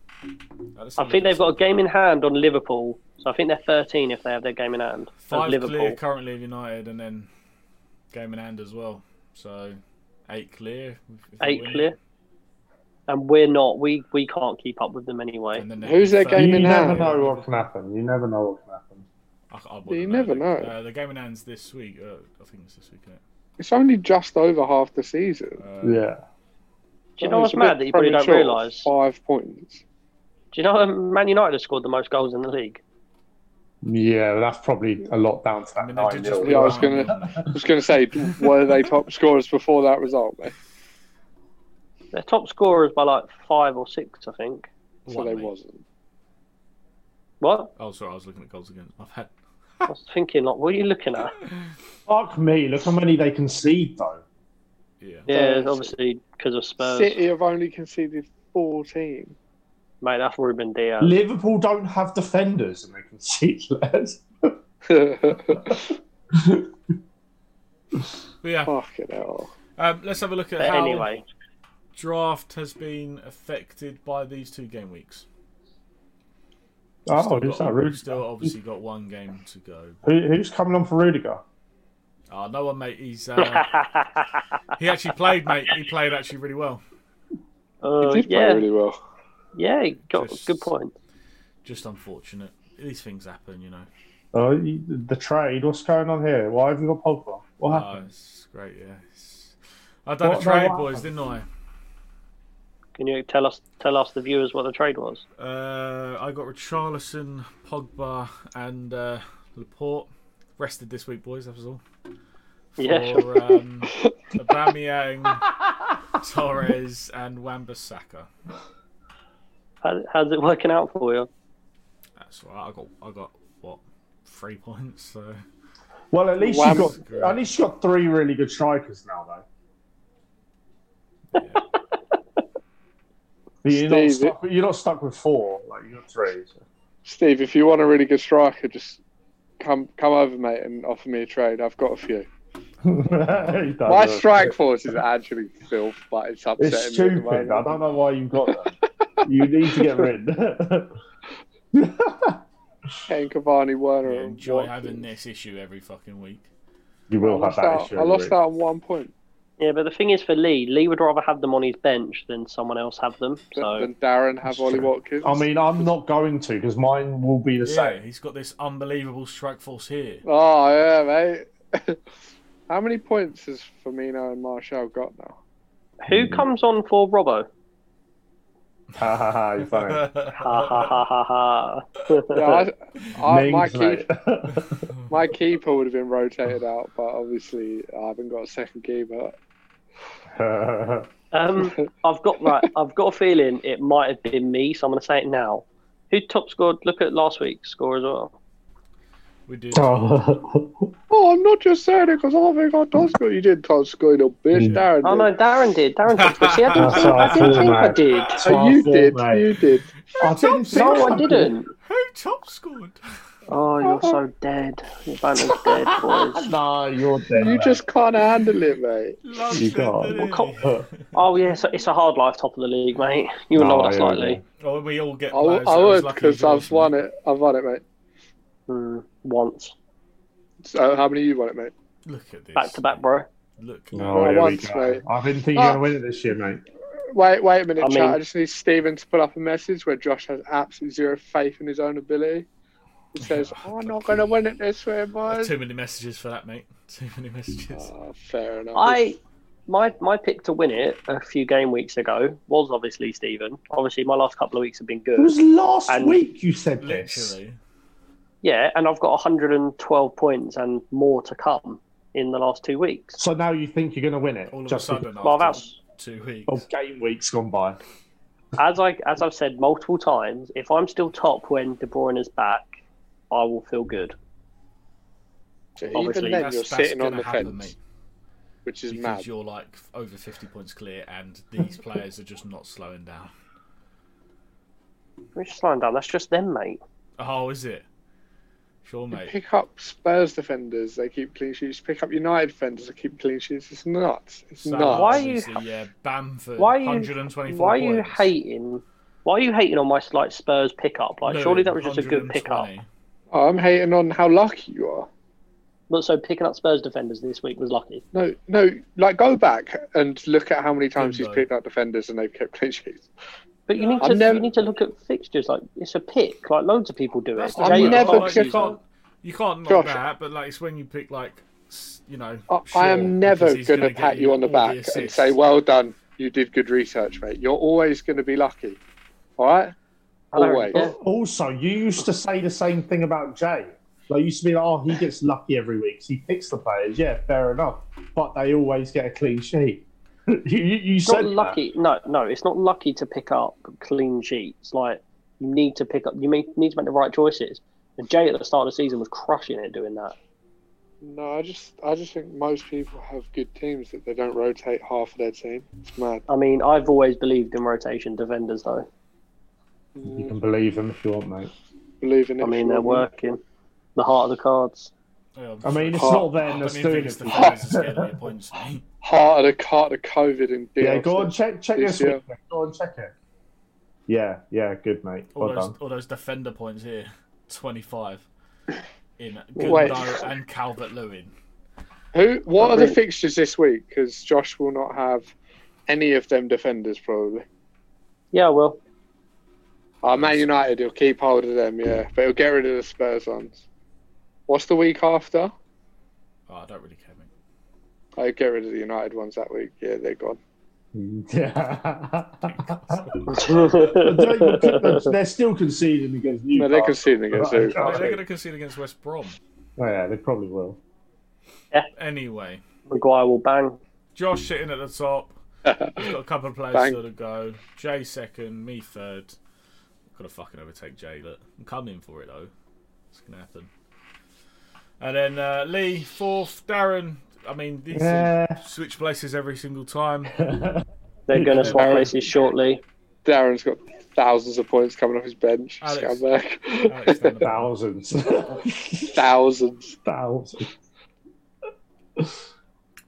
A: that's
C: I think they've got a
A: ridiculous.
C: game in hand on Liverpool. So I think they're 13 if they have their game in hand. of
A: five
C: Liverpool.
A: clear currently of United, and then game in hand as well. So eight clear. if they
C: Eight
A: win it.
C: clear. And we're not. We we can't keep up with them anyway.
A: And then they
G: Who's
A: can
G: their
A: third.
G: game
B: you
G: in
B: never
G: hand.
B: know what can happen. You never know what can happen.
A: I, I wouldn't
G: You never know.
A: Uh, the game in hand's this week. Uh, I think it's this week. Isn't it?
G: It's only just over half the season.
A: Uh,
B: Yeah,
C: Do you know
G: It's
C: what's
G: a bit
C: mad that you probably don't
G: premature.
C: realise? Do
G: Five points.
C: you know that Man United have scored the most goals in the league?
B: yeah, that's probably a lot down to
A: I
B: that.
A: mean, they did just
B: nine-nil.
G: Yeah, I was
A: rebound,
G: gonna-
A: didn't they?
G: I was going to say, were they top scorers before that result? Mate?
C: They're top scorers by like five or six, I think.
G: So
A: One,
G: they
A: mate.
G: wasn't.
C: What?
A: Oh, sorry, I was looking at goals against my head.
C: I was thinking, like, what are you looking at?
B: Fuck me! Look how many they concede though.
A: Yeah.
C: Yeah,
G: Uh,
C: obviously because of Spurs.
G: City have only conceded fourteen.
C: Mate, that's Ruben Diaz.
B: Liverpool don't have defenders and they concede less.
G: Fucking
A: But yeah.
G: hell.
A: Um, let's have a look at
C: But
A: how
C: anyway,
A: draft has been affected by these two game weeks.
B: Oh,
A: Still
B: who's
A: got-
B: Oh, that? Rudiger?
A: Still, obviously, got one game to go.
B: Who, who's coming on for Rudiger?
A: Oh, no one, mate. He's uh, he actually played, mate. He played actually really well.
C: uh,
B: Oh,
G: he did
C: yeah,
G: play really well.
C: yeah, he got
A: Just-
C: good point.
A: Just unfortunate. These things happen, you know.
B: Oh, you- the trade. What's going on here? Why have you got Pogba? What
A: Oh,
B: happened?
A: it's great. Yeah. It's- I done
B: What-
A: a
B: no,
A: trade,
B: what
A: boys, didn't I?
C: Can you tell us tell us the viewers what the trade was?
A: Uh, I got Richarlison, Pogba, and uh, Laporte. Rested this week, boys. That was all.
C: Yeah, sure.
A: For um, Aubameyang, Torres, and Wan-Bissaka.
C: How, how's it working out for you?
A: That's all right. I got I got what three points. So
B: Well, at least
G: Wham-
B: you got at least you got three really good strikers now, though.
A: yeah.
B: You're not,
G: Steve,
B: stuck, you're not stuck with four. Like you got three. so.
G: Steve, if you want a really good striker, just come come over, mate, and offer me a trade. I've got a few.
B: He does
G: My
B: it.
G: strike force is actually filth, but it's upsetting
B: It's
G: me. at the
B: stupid. I
G: moment.
B: don't know why you got them. you need to get rid.
G: Kane, Cavani, Werner.
A: Yeah,
G: and
A: enjoy
G: Watkins.
A: having this issue every fucking week.
B: you
G: I
B: will have
G: lost,
B: that
G: out,
B: issue.
G: I lost
B: every
G: out on one point.
C: Yeah, but the thing is for Lee, Lee would rather have them on his bench than someone else have them. So
G: Then Darren have
B: That's
G: Ollie
B: true. week.
G: Watkins.
B: I mean, I'm not going to because mine will be the
A: Yeah,
B: same.
A: he's got this unbelievable strike force here.
G: oh yeah, mate. How many points has Firmino and Martial got now?
C: Who comes on for Robbo?
B: Ha ha ha! You're funny.
C: Ha ha ha ha ha.
G: Yeah, I, I, my,
B: Memes,
G: keep,
B: mate.
G: my keeper would have been rotated out, but obviously I haven't got a second keeper.
B: Oh.
C: um, I've got right. I've got a feeling it might have been me, so I'm going to say it now. Who top scored? Look at last week's score as well.
A: We did.
B: oh.
G: Oh, I'm not just saying it because I think I Tosco. You did Tosco, you little bitch, Darren.
C: Oh
G: did.
C: no, Darren did. Darren top scored. See, I didn't,
B: That's
C: think,
B: what I thought,
C: I didn't think I
B: mate.
C: did.
G: Oh, you did. You did.
B: I didn't
C: No, I didn't.
A: Who top scored?
C: Oh, you're so dead. Your banner's dead, boys.
B: No, you're dead.
G: You
B: mate.
G: just can't handle it, mate.
A: Love
B: You
A: that,
B: got-
A: didn't
B: Well,
A: he?
C: Col-
B: Uh,
C: Oh yeah, so it's a hard life, top of the league, mate. You will
B: No,
C: know that's
B: yeah, yeah.
C: likely.
A: Oh, we all get.
G: I, w-
A: players
G: I
A: that was
G: would
A: lucky
G: because
A: draws,
G: I've won
A: mate.
G: it. I've won it, mate.
C: Mm, once,
G: So how many of you won it, mate?
A: Look at this.
C: back to back, bro.
A: Look.
B: no, here we
G: once,
B: go.
G: mate.
B: I didn't think you were going
G: Ah.
B: to win it this year, mate.
G: Wait, wait a minute,
C: I
G: chat.
C: mean-
G: I just need Steven to put up a message where Josh has absolutely zero faith in his own ability. He says, "I'm not going to win it this way, boys."
A: Too many messages for that, mate. Too many messages.
G: Oh, fair enough.
C: I my my pick to win it a few game weeks ago was obviously Stephen. Obviously, my last couple of weeks have been
B: It was
C: good.
B: last
C: And-
B: week you said this.
A: Literally.
C: Yeah, and I've got 112 points and more to come in the last two weeks.
B: So now you think you're going to win it?
A: All of a
B: just
A: sudden,
C: Well,
A: after
C: that's
A: two weeks.
B: because- oh, game week's gone by.
C: as I as I've said multiple times. If I'm still top when De Bruyne is back, I will feel good.
G: So
C: obviously,
G: even then,
A: That's-
G: you're
A: that's
G: sitting on
A: gonna
G: the
A: happen, mate,
G: fence, which is
A: because
G: mad.
A: you're like f- over 50 points clear, and these players are just not slowing down.
C: We're just slowing down. That's just them, mate.
A: Oh, is it? Sure,
G: You
A: mate.
G: Pick up Spurs defenders; they keep clean sheets. Pick up United defenders; they keep clean sheets. It's nuts. It's nuts.
C: Why are you-
A: Yeah, Bamford.
C: why are you-
A: 124
C: Why are you
A: points.
C: hating? Why are you hating on my like Spurs pickup? Like,
A: No,
C: surely that was just a good pickup.
A: 120.
G: Oh, I'm hating on how lucky you are.
C: But so picking up Spurs defenders this week was lucky.
G: No, no. Like, go back and look at how many times he's
A: Timbo.
G: picked up defenders and they've kept clean sheets.
C: But you need
G: I've
C: to
G: never-
C: you need to look at fixtures. Like it's a pick. Like loads of people do it.
A: That's the
G: I
A: thing,
C: Jay-
A: you
G: never
A: can't-
G: pick
A: you
G: up-
A: can't, you can't knock
G: Josh.
A: that, but like it's when you pick like, s- you know.
G: I,
A: Shaw,
G: I am never
A: because he's
G: going to
A: gonna
G: pat
A: get
G: you on the
A: all
G: back and
A: assists.
G: say, "Well done, you did good research, mate." You're always going to be lucky. All right,
C: I don't
G: always.
C: care.
B: Also, you used to say the same thing about Jay. Like, you used to be like, oh, he gets lucky every week. So he picks the players. Yeah, fair enough. But they always get a clean sheet. you you, you
C: It's not
B: said that.
C: lucky. No, no, it's not lucky to pick up clean sheets. Like you need to pick up. You may, need to make the right choices. And Jay at the start of the season was crushing it doing that.
G: No, I just, I just think most people have good teams that they don't rotate half of their team. It's mad.
C: I mean, I've always believed in rotation defenders, though.
B: You can believe them if you want, mate.
G: Believe in it.
C: I mean,
G: if
C: they're
G: you want.
C: working. The heart of the cards.
A: Yeah, I'm
B: I mean, it's
A: sorry.
B: not them
A: Um, I
B: that's
A: don't even
B: doing
A: think
B: it.
A: it's the
B: for
A: players that's
B: you.
A: getting the points. mate.
G: Heart of the cart of COVID and
B: yeah,
G: deal.
B: go on, check check this
G: Yeah.
B: week, mate. Go on, check it. Yeah, yeah, good, mate.
A: All
B: Well
A: those,
B: done.
A: all those defender points here, 25 in
G: Wait.
A: Gundogan and Calvert Lewin.
G: Who? What are the
C: Really?
G: fixtures this week? Because Josh will not have any of them defenders probably.
C: Yeah, well,
G: Uh, Man United, he'll keep hold of them, yeah, but he'll get rid of the Spurs ones. What's the week after?
A: Oh, I don't really care, mate.
G: I get rid of the United ones that week. Yeah, they're gone.
B: Yeah.
C: I
B: they're still conceding against Newcastle.
G: No, they're conceding against
B: Right.
G: Newcastle.
A: Mate,
B: Okay.
A: They're going to concede against West Brom.
B: Oh, yeah, they probably will.
A: Anyway,
C: Maguire will bang.
A: Josh sitting at the top. He's got a couple of players
G: Bang.
A: still to go. Jay second, me third. Got to fucking overtake Jay. Look, I'm coming for it though. It's gonna happen. And then uh, Lee fourth, Darren. I mean, these
B: Yeah.
A: switch places every single time.
C: They're going to swap places shortly.
G: Darren's got thousands of points coming off his bench.
A: Alex. Alex down
G: Scumbag.
A: the bottom.
B: Thousands.
G: thousands.
B: Thousands.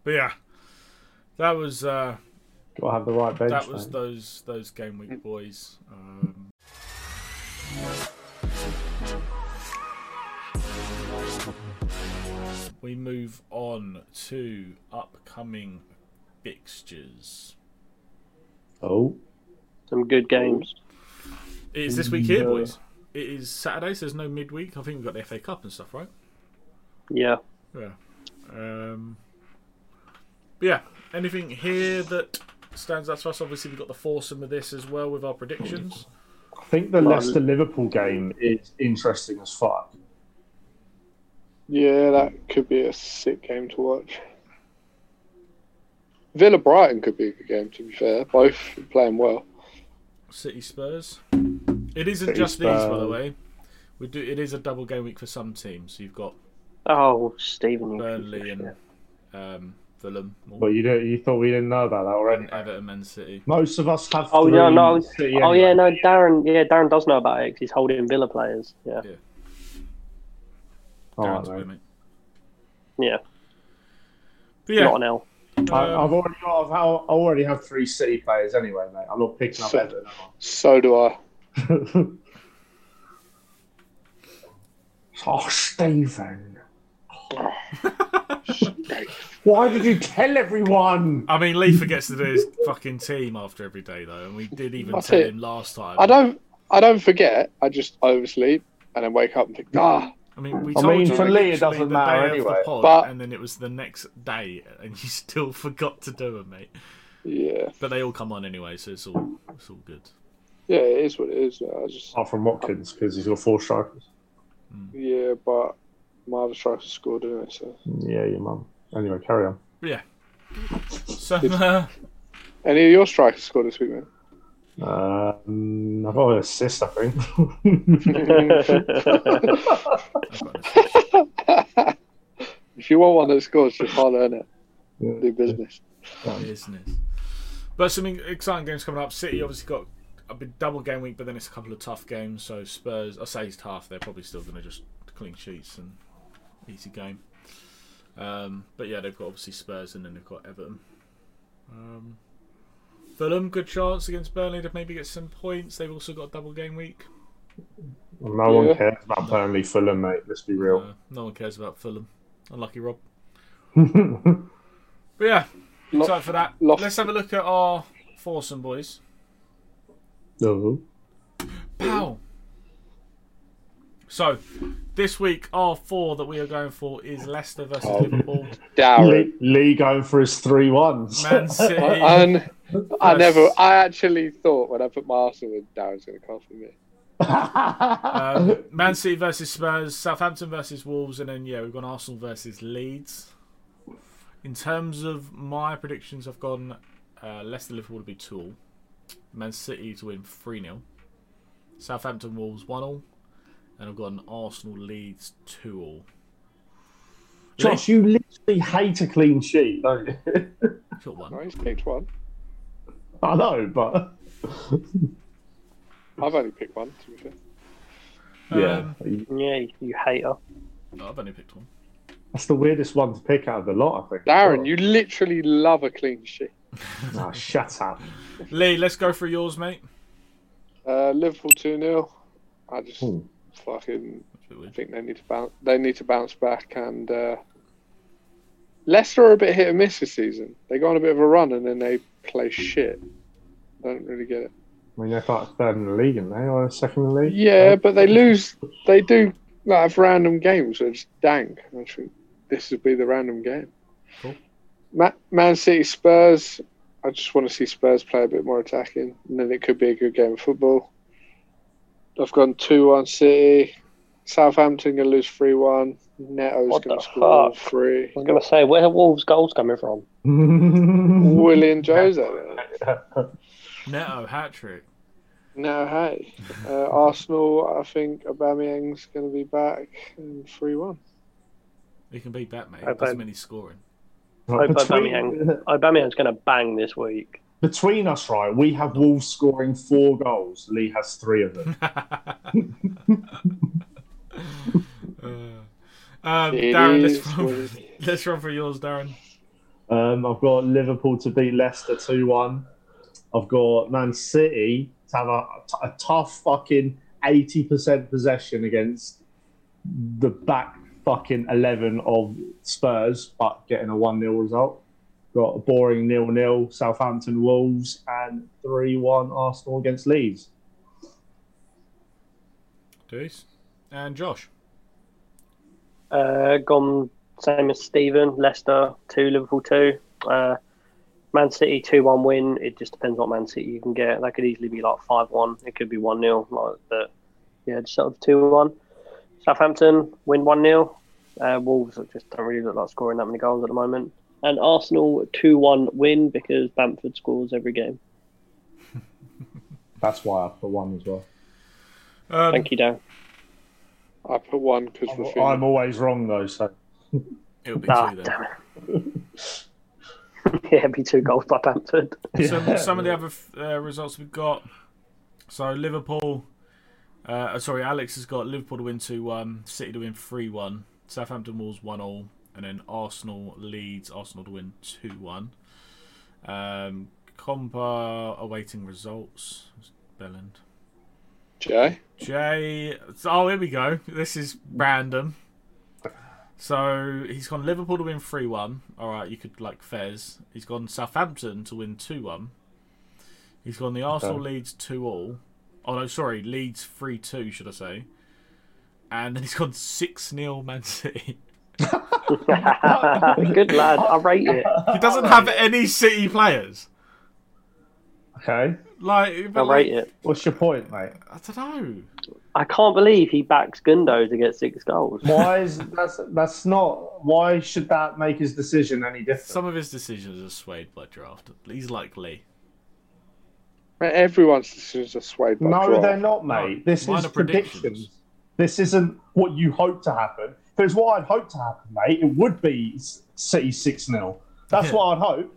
A: but yeah, that was uh,
B: Gotta have the right bench.
A: that was
B: mate.
A: those those game week boys. Um, we move on to upcoming fixtures.
B: Oh.
C: Some good games.
A: It is this week here,
B: Yeah.
A: boys. It is Saturday, so there's no midweek. I think we've got the FA Cup and stuff, right?
C: Yeah.
A: Yeah. Um, but yeah, anything here that stands out to us. Obviously, we've got the foursome of this as well with our predictions.
B: I think the Leicester Liverpool game is interesting as fuck.
G: Yeah, that could be a sick game to watch. Villa Brighton could be a good game, to be fair. Both playing well.
A: City Spurs. It isn't
B: City
A: just these, by the
B: Spurs.
A: way. We do. It is a double game week for some teams. You've got
C: Oh, Stephen. you
A: Burnley
C: piece of
A: and
C: shit.
A: um, Fulham, or-
B: But you do you thought we didn't know about that already?
A: and Everton, Man City.
B: Most of us have.
C: Oh
B: three
C: yeah, no.
B: City
C: oh
B: anyway.
C: yeah, no. Darren, yeah, Darren does know about it 'cause he's holding Villa players. Yeah,
B: All
A: Darren's
B: right,
A: with
B: mate.
A: me.
C: yeah.
A: But yeah,
C: Not an L.
B: I,
A: um,
B: I've already got. I've, I already have three City players anyway, mate. I'm not picking up
G: So-
B: Everton.
G: So do I.
B: am I? oh, Stephen. Why did you tell everyone?
A: I mean, Lee forgets to do his fucking team after every day, though, and we did even
G: That's
A: tell
G: it.
A: him last time.
G: I don't. I don't forget. I just oversleep and then wake up and think, ah,
A: I mean, we
B: I
A: told
B: mean,
A: you
B: for Lee, it
A: literally
B: doesn't
A: the
B: matter
A: day of the
B: anyway,
A: pod,
G: but-
A: and then it was the next day, and you still forgot to do it, mate.
G: yeah,
A: But they all come on anyway, so it's all it's all good.
G: yeah, it is what it is. I just,
B: Apart from Watkins, because he's got four strikers.
G: yeah, but my other striker scored, didn't it? So,
B: Yeah, your mum. Anyway, carry on.
A: But yeah. So uh,
G: any of your strikers scored this week, man?
B: Um, I've got an assist, I think.
A: Mm-hmm. I've got this.
G: If you want one that scores, you can't earn it. Do business.
A: business. But some exciting games coming up. City obviously got a big double game week, but then it's a couple of tough games. So Spurs, I say it's tough. They're probably still going to just clean sheets and easy game. Um, but yeah, they've got obviously Spurs and then they've got Everton. Um, Fulham, good chance against Burnley to maybe get some points. They've also got a double game week.
B: no one
G: Yeah.
B: cares about Burnley Fulham, mate. Let's be real.
A: Uh, no one cares about Fulham. Unlucky Rob. But yeah,
G: Lo-
A: excited for that.
G: lost.
A: Let's have a look at our foursome boys.
B: No.
A: Pow. So, this week, our four that we are going for is Leicester versus Liverpool,
G: Dowry.
B: Lee, Lee going for his three ones.
A: Man City.
G: And I never. I actually thought when I put my Arsenal in, Darren's going to come for me.
A: um, Man City versus Spurs, Southampton versus Wolves, and then yeah, we've gone Arsenal versus Leeds. In terms of my predictions, I've gone uh, Leicester Liverpool to be two all, Man City to win three 0 Southampton Wolves one all, and I've gone Arsenal Leeds two all.
B: Josh, you literally hate a clean sheet, don't you?
A: Short one.
G: No, he's picked one.
B: I know, but
G: I've only picked one. To be fair.
B: yeah,
A: Um,
C: Yeah, you- you hater.
A: Oh, I've only picked one.
B: that's the weirdest one to pick out of the lot. I think.
G: Darren, you literally love a clean sheet.
B: Nah, Ah, shut up.
A: Lee, let's go through yours, mate.
G: Uh, Liverpool two 0 I just
B: Hmm.
G: fucking
A: That's a bit weird.
G: think they need to bounce. They need to bounce back. And uh, Leicester are a bit hit and miss this season. They go on a bit of a run and then they play shit. Don't really get it.
B: I mean, they're like third in the league, aren't they, or second in the league?
G: Yeah, but they lose. They do like have random games where it's dank. I think this would be the random game.
A: Cool.
G: Ma- Man City Spurs. I just want to see Spurs play a bit more attacking, and then it could be a good game of football. I've gone two one City. Southampton gonna lose three one. Neto's
C: What
G: gonna
C: the
G: score
C: fuck?
G: three.
C: I was gonna say, where are Wolves' goals coming from?
G: William Jose. then.
A: Neto hat trick.
G: No, hey, uh, Arsenal. I think Aubameyang's gonna be back in three one.
A: He can beat that, mate.
C: Okay.
A: Doesn't mean he's scoring.
C: Hope
B: between,
C: Aubameyang, Aubameyang's gonna bang this week.
B: between us, right? We have Wolves scoring four goals. Lee has three of them.
A: Uh, um,
G: It
A: Darren,
G: is
A: let's
G: what
A: run,
G: it is.
A: let's run for yours, Darren.
B: Um, I've got Liverpool to beat Leicester 2 1. I've got Man City to have a, a tough fucking 80% possession against the back fucking 11 of Spurs, but getting a 1 0 result. Got a boring nil nil Southampton Wolves and 3 1 Arsenal against Leeds.
A: Deuce. And Josh.
C: Uh, gone same as Stephen, Leicester two, Liverpool two. Uh, Man City two one win. It just depends what Man City you can get. That could easily be like five one. It could be one 0 like, But yeah, just sort of two one. Southampton win one 0 uh, Wolves just don't really look like scoring that many goals at the moment. And Arsenal two one win because Bamford scores every game.
B: That's why I put one as well.
A: Um,
C: Thank you, Dan.
G: I put one because
B: I'm, I'm always wrong though, so
A: It'll be
C: Ah,
A: two then.
C: damn it. yeah, it'd be two goals by Bamford.
A: Some, some of the other uh, results we've got. So Liverpool, uh, uh, sorry, Alex has got Liverpool to win two one, City to win three one, Southampton Wolves one all, and then Arsenal leads Arsenal to win two one. Um, Compa awaiting results. Belland.
G: Jay.
A: Jay. Oh, here we go. This is random. So he's gone Liverpool to win 3 1. All right, you could like Fez. He's gone Southampton to win 2 1. He's gone the Arsenal leads 2 all. Oh, no, sorry, leads 3 2, should I say. And then he's gone 6 0 Man City.
C: Good lad. I rate it.
A: He doesn't have any City players.
B: okay.
A: Like,
C: I
A: but, like,
C: rate it.
B: What's your point, mate?
A: I don't know.
C: I can't believe he backs Gundo to get six goals.
B: Why is that's that's not why should that make his decision any different?
A: Some of his decisions are swayed by draft. He's like Lee.
G: Mate, everyone's decisions are swayed by
B: no,
G: draft.
B: they're not, mate. this
A: Mine
B: is
A: are
B: predictions.
A: predictions.
B: This isn't what you hope to happen. If it was what I'd hope to happen, mate, it would be City six 0 That's
A: Yeah.
B: what I'd hope.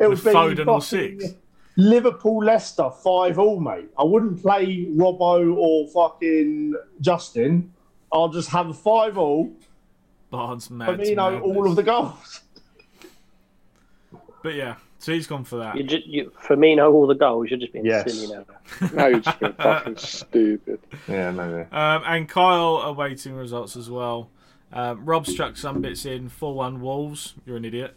B: It
A: With
B: would be
A: Foden or
B: fucking
A: six.
B: Liverpool Leicester five all, mate. I wouldn't play Robbo or fucking Justin. I'll just have a five all.
A: Barnes, Mads,
B: I mean, you know, all
A: Madness.
B: of the goals.
A: But yeah, so he's gone for that.
C: You just, you, Firmino, all the goals. You're just being
B: Yes.
C: silly now.
G: No, you're just being fucking stupid.
B: Yeah, maybe.
A: Um, and Kyle awaiting results as well. Um, Rob struck some bits in 4 1 Wolves. You're an idiot.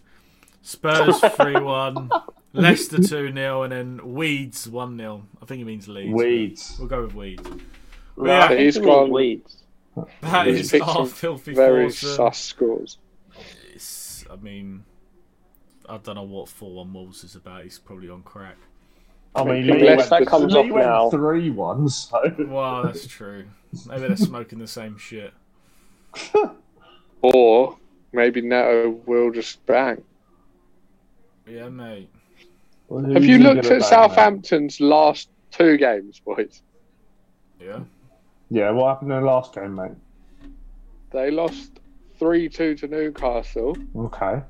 A: Spurs 3 1. Leicester 2 0. And then Weeds 1 0. I think he means Leeds. but
B: Weeds.
A: We'll go with Weeds.
C: No,
A: Yeah.
C: I think
G: He's
C: he means
G: gone-
C: Weeds.
A: That
G: He's
A: is
G: picked
A: our
G: some
A: filthy
G: Very
A: foursome.
G: sus scores.
A: It's- I mean, I don't know what 4 1 Wolves is about. He's probably on crack.
B: I mean,
G: Unless
B: Lee went,
G: that comes
B: Lee
C: off
B: went
C: now.
B: three one, so
A: Wow, that's true. Maybe they're smoking the same shit.
G: Or maybe Neto will just bang.
A: Yeah, mate.
G: Have you looked at Southampton's last two games, boys?
A: Yeah.
B: Yeah, what happened in the last game, mate?
G: They lost 3 2 to Newcastle,
B: Okay.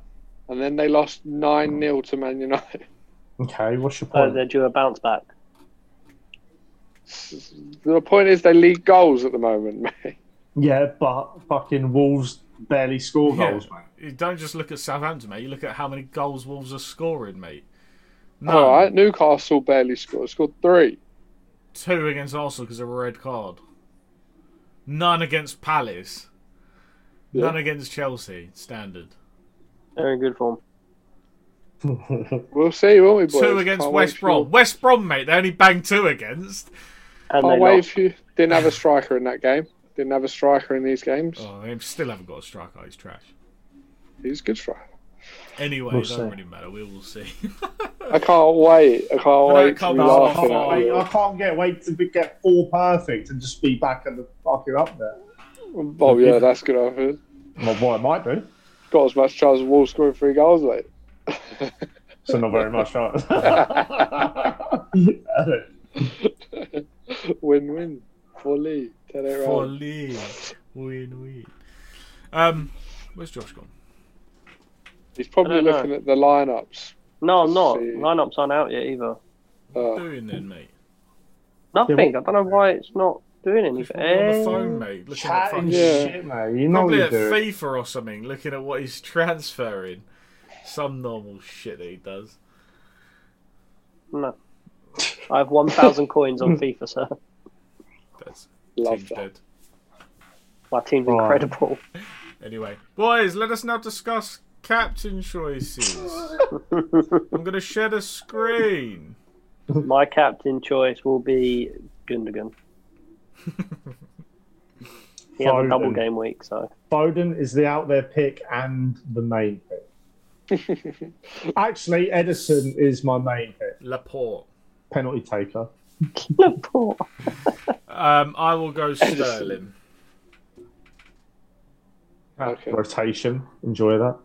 G: and then they lost 9 0 to Man United.
B: Okay, what's
A: Oh,
B: your
C: So
B: point?
C: they're due a bounce back.
G: The point is, they lead goals at the moment, mate.
B: yeah, but fucking Wolves barely score
A: Yeah.
B: goals, mate.
A: You don't just look at Southampton, mate. You look at how many goals Wolves are scoring, mate. No,
G: All right, Newcastle barely scored, scored three.
A: two against Arsenal because of a red card. None against Palace.
G: Yeah.
A: None against Chelsea. Standard.
C: They're in good form.
B: Oh,
G: We'll see, won't we, boys?
A: two against
G: Can't wait
A: West
G: for your-
A: Brom. West Brom, mate. They only banged two against.
C: And
G: Can't
C: they
G: wait
C: lost.
G: if you didn't have a striker in that game. Didn't have a striker in these games.
A: Oh, they still haven't got a striker. He's trash.
G: He's a good striker.
A: Anyway,
B: We'll
A: it doesn't
B: see.
A: really matter. We will see.
G: I can't wait. I can't wait to
A: come
G: be
A: on,
G: laughing
A: come
G: at
A: on.
B: Mate, I
G: you.
B: can't get wait to be, get four perfect and just be back at the fucking up there.
G: Oh yeah, that's good. I think.
B: Well, boy, it might be.
G: Got as much chance of Wolves scoring three goals, mate.
B: So not very much, right?
G: Win-win for Lee. Turn it
A: For
G: around.
A: league. Win, win. Um, where's Josh gone?
G: He's
C: I
G: probably
C: don't know.
G: looking at the lineups.
C: No, I'm not.
G: See.
C: Lineups aren't out yet either.
G: Uh,
A: Doing then, mate.
C: Nothing. I don't know why it's not doing
A: He's
C: anything.
A: probably on the phone, mate. Looking at
B: Chatting
A: fucking
G: Yeah.
B: shit, mate. You know
A: Probably
B: what you
A: at
B: do.
A: FIFA or something, looking at what he's transferring. Some normal shit that he does.
C: No. I have 1,000 coins on FIFA, sir.
A: That's
G: Love
A: team's
G: that.
A: dead.
C: My team's
B: Right.
C: incredible.
A: Anyway, boys, let us now discuss captain choices. I'm gonna share the screen.
C: My captain choice will be Gundogan. he has a double
B: Foden.
C: game week, so
B: Foden is the out there pick and the main pick. Actually, Edison is my main pick.
A: Laporte.
B: Penalty taker.
C: Laporte.
A: Um, I will go
G: Edison.
A: Sterling.
G: Okay.
B: Rotation. Enjoy that.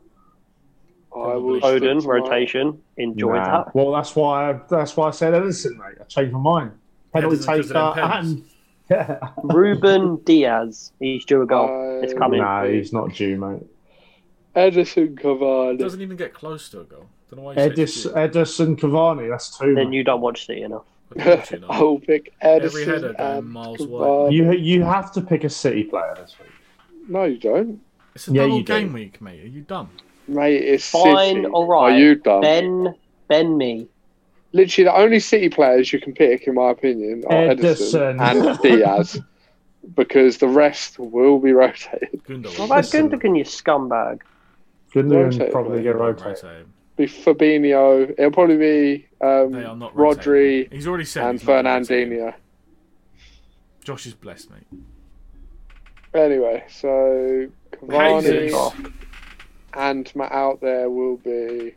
G: I will
C: Odin
G: stick to my-
C: rotation. Enjoy
B: Nah.
C: that.
B: Well, that's why I, that's why I said Edison, mate. I changed my mind. Penalty
A: Edison 'cause of
B: taker
A: them pens.
B: and yeah.
C: Ruben Diaz. He's due a goal.
G: I-
C: it's coming.
B: Uh, Nah, he's not due, mate.
G: Edison Cavani.
A: Doesn't even get close to a goal. Don't know why you said
B: Edison,
A: you.
B: Edison Cavani. That's two.
C: Then
B: Mate.
C: you don't watch City enough.
A: Unfortunately not.
G: I'll pick
A: Every
G: Edison.
A: header going
G: and
A: miles
G: Cavani.
A: wide.
B: You you have to pick a City player this week.
G: No, you don't.
A: It's a
B: Yeah,
A: double
B: you do.
A: game week, mate. Are you dumb?
G: Mate, it's
C: Fine,
G: City.
C: all right.
G: Are you
B: Um,
G: dumb?
C: Ben, Ben me.
G: Literally, the only City players you can pick, in my opinion, are Edison,
B: Edison.
G: and Diaz, because the rest will be rotated.
A: Gundogan.
C: What about
B: Listen.
C: Gundogan, you scumbag?
B: Gundogan
G: Rotate,
B: probably
G: mate.
B: get
A: Not
B: rotated.
A: rotating.
G: Be Fabinho. It'll probably be um,
A: They are not
G: Rodri
A: rotating. He's already said
G: and
A: he's not rotating.
G: Fernandinho.
A: Josh is blessed, mate.
G: Anyway, so
A: Jesus.
G: Cavani and Matt out there will be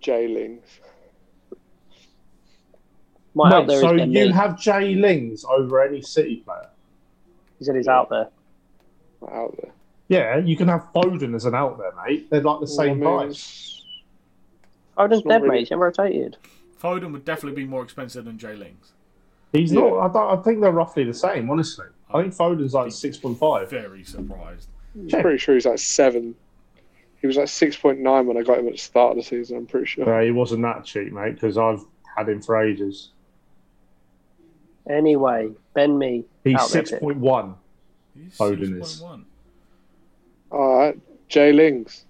G: Jailings.
C: My out
B: Wait,
C: there
B: so
C: is Ben
B: you
C: me.
B: have Jay Lings over any City player?
C: He said he's out there.
G: Matt out there.
B: Yeah, you can have Foden as an out there, mate. They're like the same
G: Well, I mean,
B: price.
C: Odin's
G: It's not
C: dead,
G: really-
C: mate. He's getting rotated.
A: Foden would definitely be more expensive than Jay Lings.
B: He's
G: Yeah.
B: not. I, don't, I think they're roughly the same, honestly. I think Foden's like six point five.
A: Very surprised.
G: I'm pretty sure he's like seven. He was like six point nine when I got him at the start of the season. I'm pretty sure.
B: No, he wasn't that cheap, mate, because I've had him for ages.
C: Anyway, Ben me.
B: He's
C: out there,
B: six
C: bit.
B: point one.
A: He's
B: Foden is.
A: 6.1.
G: All right, Jay Lings.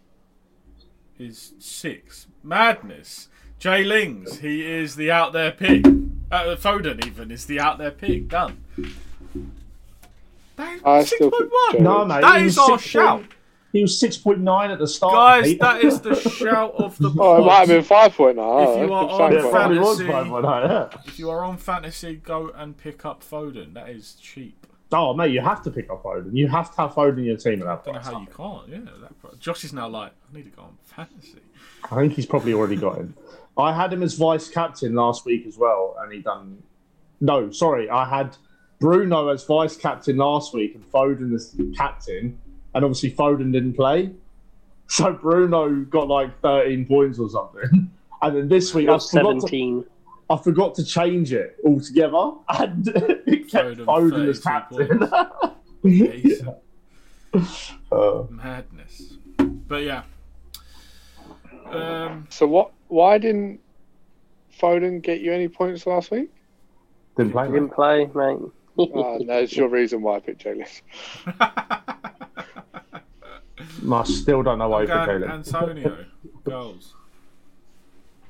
A: Is six. Madness. Jay Lings. He is the out there pig. Uh, Foden even is the out there pig. Done. That is
G: I still think
A: 6.1.
G: Jay-
B: No, mate.
A: That
B: he was
A: is our
B: 6.1.
A: shout.
B: He was six point nine at the start.
A: Guys,
B: mate.
A: that is the shout of the
G: Oh, it might
A: pod.
G: have been five point nine.
A: If you are on
B: yeah, probably was
A: Fantasy.
B: 5.9, yeah.
A: If you are on fantasy, go and pick up Foden. That is cheap.
B: Oh, mate, you have to pick up Foden. You have to have Foden in your team at that
A: Don't know
B: price.
A: how you can't. Yeah, that pro- Josh is now like, I need to go on fantasy.
B: I think he's probably already got him. I had him as vice captain last week as well, and he done. No, sorry, I had Bruno as vice captain last week and Foden as captain, and obviously Foden didn't play, so Bruno got like 13 points or something. And then this week I
C: Got
B: forgot, to,
C: 17.
B: I forgot to change it altogether, and it kept
A: Foden,
B: Foden as
A: 32
B: captain.
A: Decent.
B: Uh,
A: Madness. But yeah. Um,
G: So what? Why didn't Foden get you any points last week?
B: didn't play.
C: He
B: mate.
C: didn't play, mate.
G: Ah, that's your reason why I picked Jay Lings.
B: I still don't know why he picked
A: Gan-
B: Caleb.
A: Antonio goals.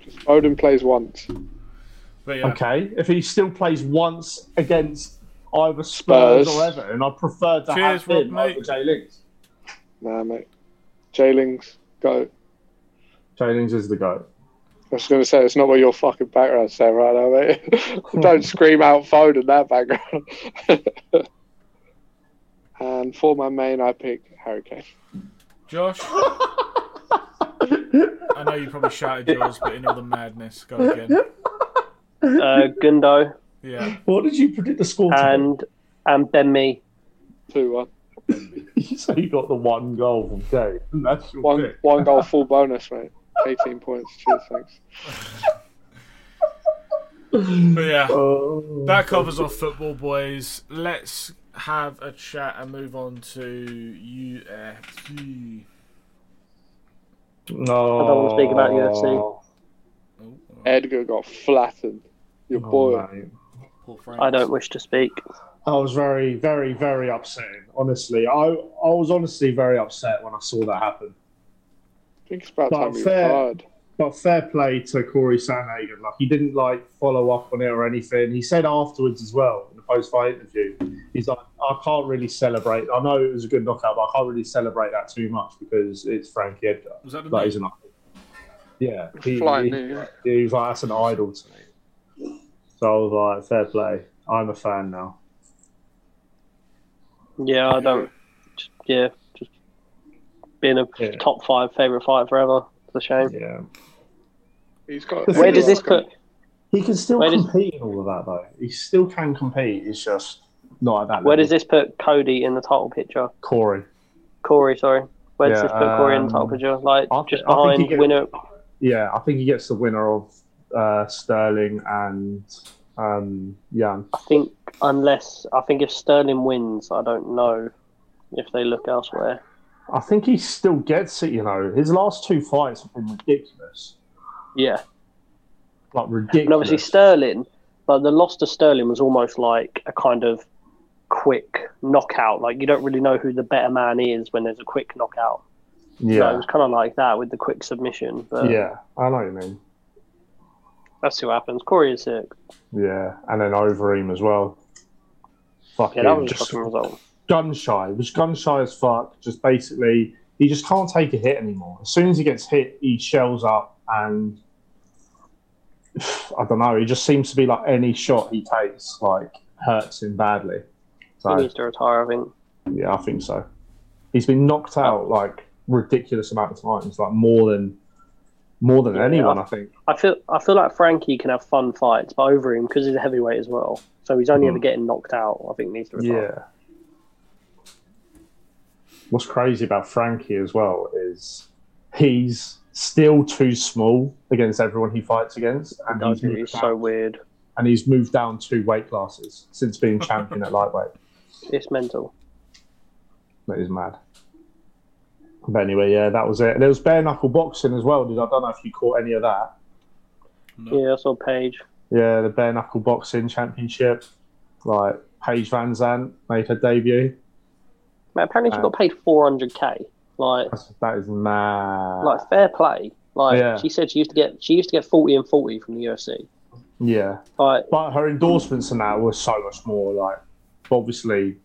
G: Foden plays once.
A: But yeah,
B: Okay, if he still plays once against either Spurs,
G: Spurs.
B: or Everton, I prefer to
A: Cheers,
B: have him
A: Rob,
B: over
A: mate.
B: Jay Lings.
G: Nah, mate. Jay Lings, go.
B: Jay Lings is the goat.
G: I was going to say, it's not what your fucking background said right now, mate. Don't scream out phone in that background. and for my main, I pick Harry Kane.
A: Josh. I know you probably shouted yours, but in all the madness, go again.
C: Uh, Gundo
A: Yeah,
B: What did you predict the score to? be?
C: and and Ben me.
G: 2 1.
B: so you got the one goal from Jay. and That's your
G: One,
B: pick.
G: one goal, full bonus, mate. 18 points. Cheers, thanks.
A: but yeah,
B: Oh.
A: that covers off football, boys. Let's have a chat and move on to UFC.
B: No.
C: I don't wanna speak about UFC.
A: Oh, oh,
G: Edgar got flattened. Your boy.
B: Oh, mate.
A: poor Franks.
C: I don't wish to speak.
B: I was very, very, very upset. Honestly, I, I was honestly very upset when I saw that happen.
G: I think it's about
B: Well,
G: time you
B: fair.
G: retired.
B: But fair play to Corey Sanhagen. Like he didn't like follow up on it or anything. He said afterwards as well in the post-fight interview, he's like, I can't really celebrate. I know it was a good knockout, but I can't really celebrate that too much because it's Frankie Edgar.
A: Was that the
B: That is an idol. Yeah, he,
G: Flying
B: he,
G: new.
B: he was like, that's an idol to me. So I was like, fair play. I'm a fan now.
C: Yeah, I don't. Yeah, just being a
B: Yeah.
C: top five favourite fight forever. It's a shame.
B: Yeah.
G: He's got.
B: The
C: Where
B: thing
C: does
B: is,
C: this put?
B: He can still
C: Where does-
B: compete in all of that, though. He still can compete. It's just not at that level.
C: Where does this put Cody in the title picture?
B: Corey?
C: Corey, sorry. Where does
B: Yeah,
C: this put Corey in the title
B: um,
C: picture? Like
B: I thi-
C: just
B: I think he
C: behind
B: could-
C: winner.
B: Yeah, I think he gets the winner of uh, Sterling and um, Jan.
C: I think unless I think if Sterling wins, I don't know if they look elsewhere.
B: I think he still gets it. You know, his last two fights have been ridiculous,
C: Yeah,
B: like ridiculous.
C: and obviously Sterling, like the loss to Sterling was almost like a kind of quick knockout. Like you don't really know who the better man is when there's a quick knockout. So it
B: yeah,
C: was kind of like that with the quick submission. But
B: yeah. I know what you mean.
C: that's what happens. Corey is sick.
B: Yeah, and then over him as well. Fucking
C: Yeah, that was a
B: just
C: fucking result.
B: gun shy. He was gun shy as fuck. Just basically, he just can't take a hit anymore. As soon as he gets hit, he shells up, and I don't know. He just seems to be like any shot he takes, like hurts him badly.
C: He
B: So
C: needs to retire. I think.
B: yeah, I think so. He's been knocked out like ridiculous amount of times, like more than more than
C: Yeah.
B: anyone. I think.
C: I feel I feel like Frankie can have fun fights, but over him because he's a heavyweight as well. So he's only
B: Hmm.
C: ever getting knocked out. I think needs to retire.
B: Yeah. What's crazy about Frankie as well is he's still too small against everyone he fights against, and
C: Does
B: he's,
C: it?
B: moved
C: It's
B: down,
C: so weird.
B: and he's moved down two weight classes since being champion at lightweight.
C: It's mental.
B: That is mad. But anyway, yeah, that was it. There was bare knuckle boxing as well. Did I don't know if you caught any of that.
C: Yeah, I saw Paige.
B: Yeah, the bare knuckle boxing championship. Like Paige Van Zandt made her debut.
C: Man, apparently
B: Uh,
C: she got paid 400k. Like,
B: That's, that is mad.
C: like fair play. Like
B: Yeah.
C: she said, she used to get she used to get 40 and 40 from the UFC.
B: yeah.
C: Like,
B: But her endorsements and that were so much more like, obviously.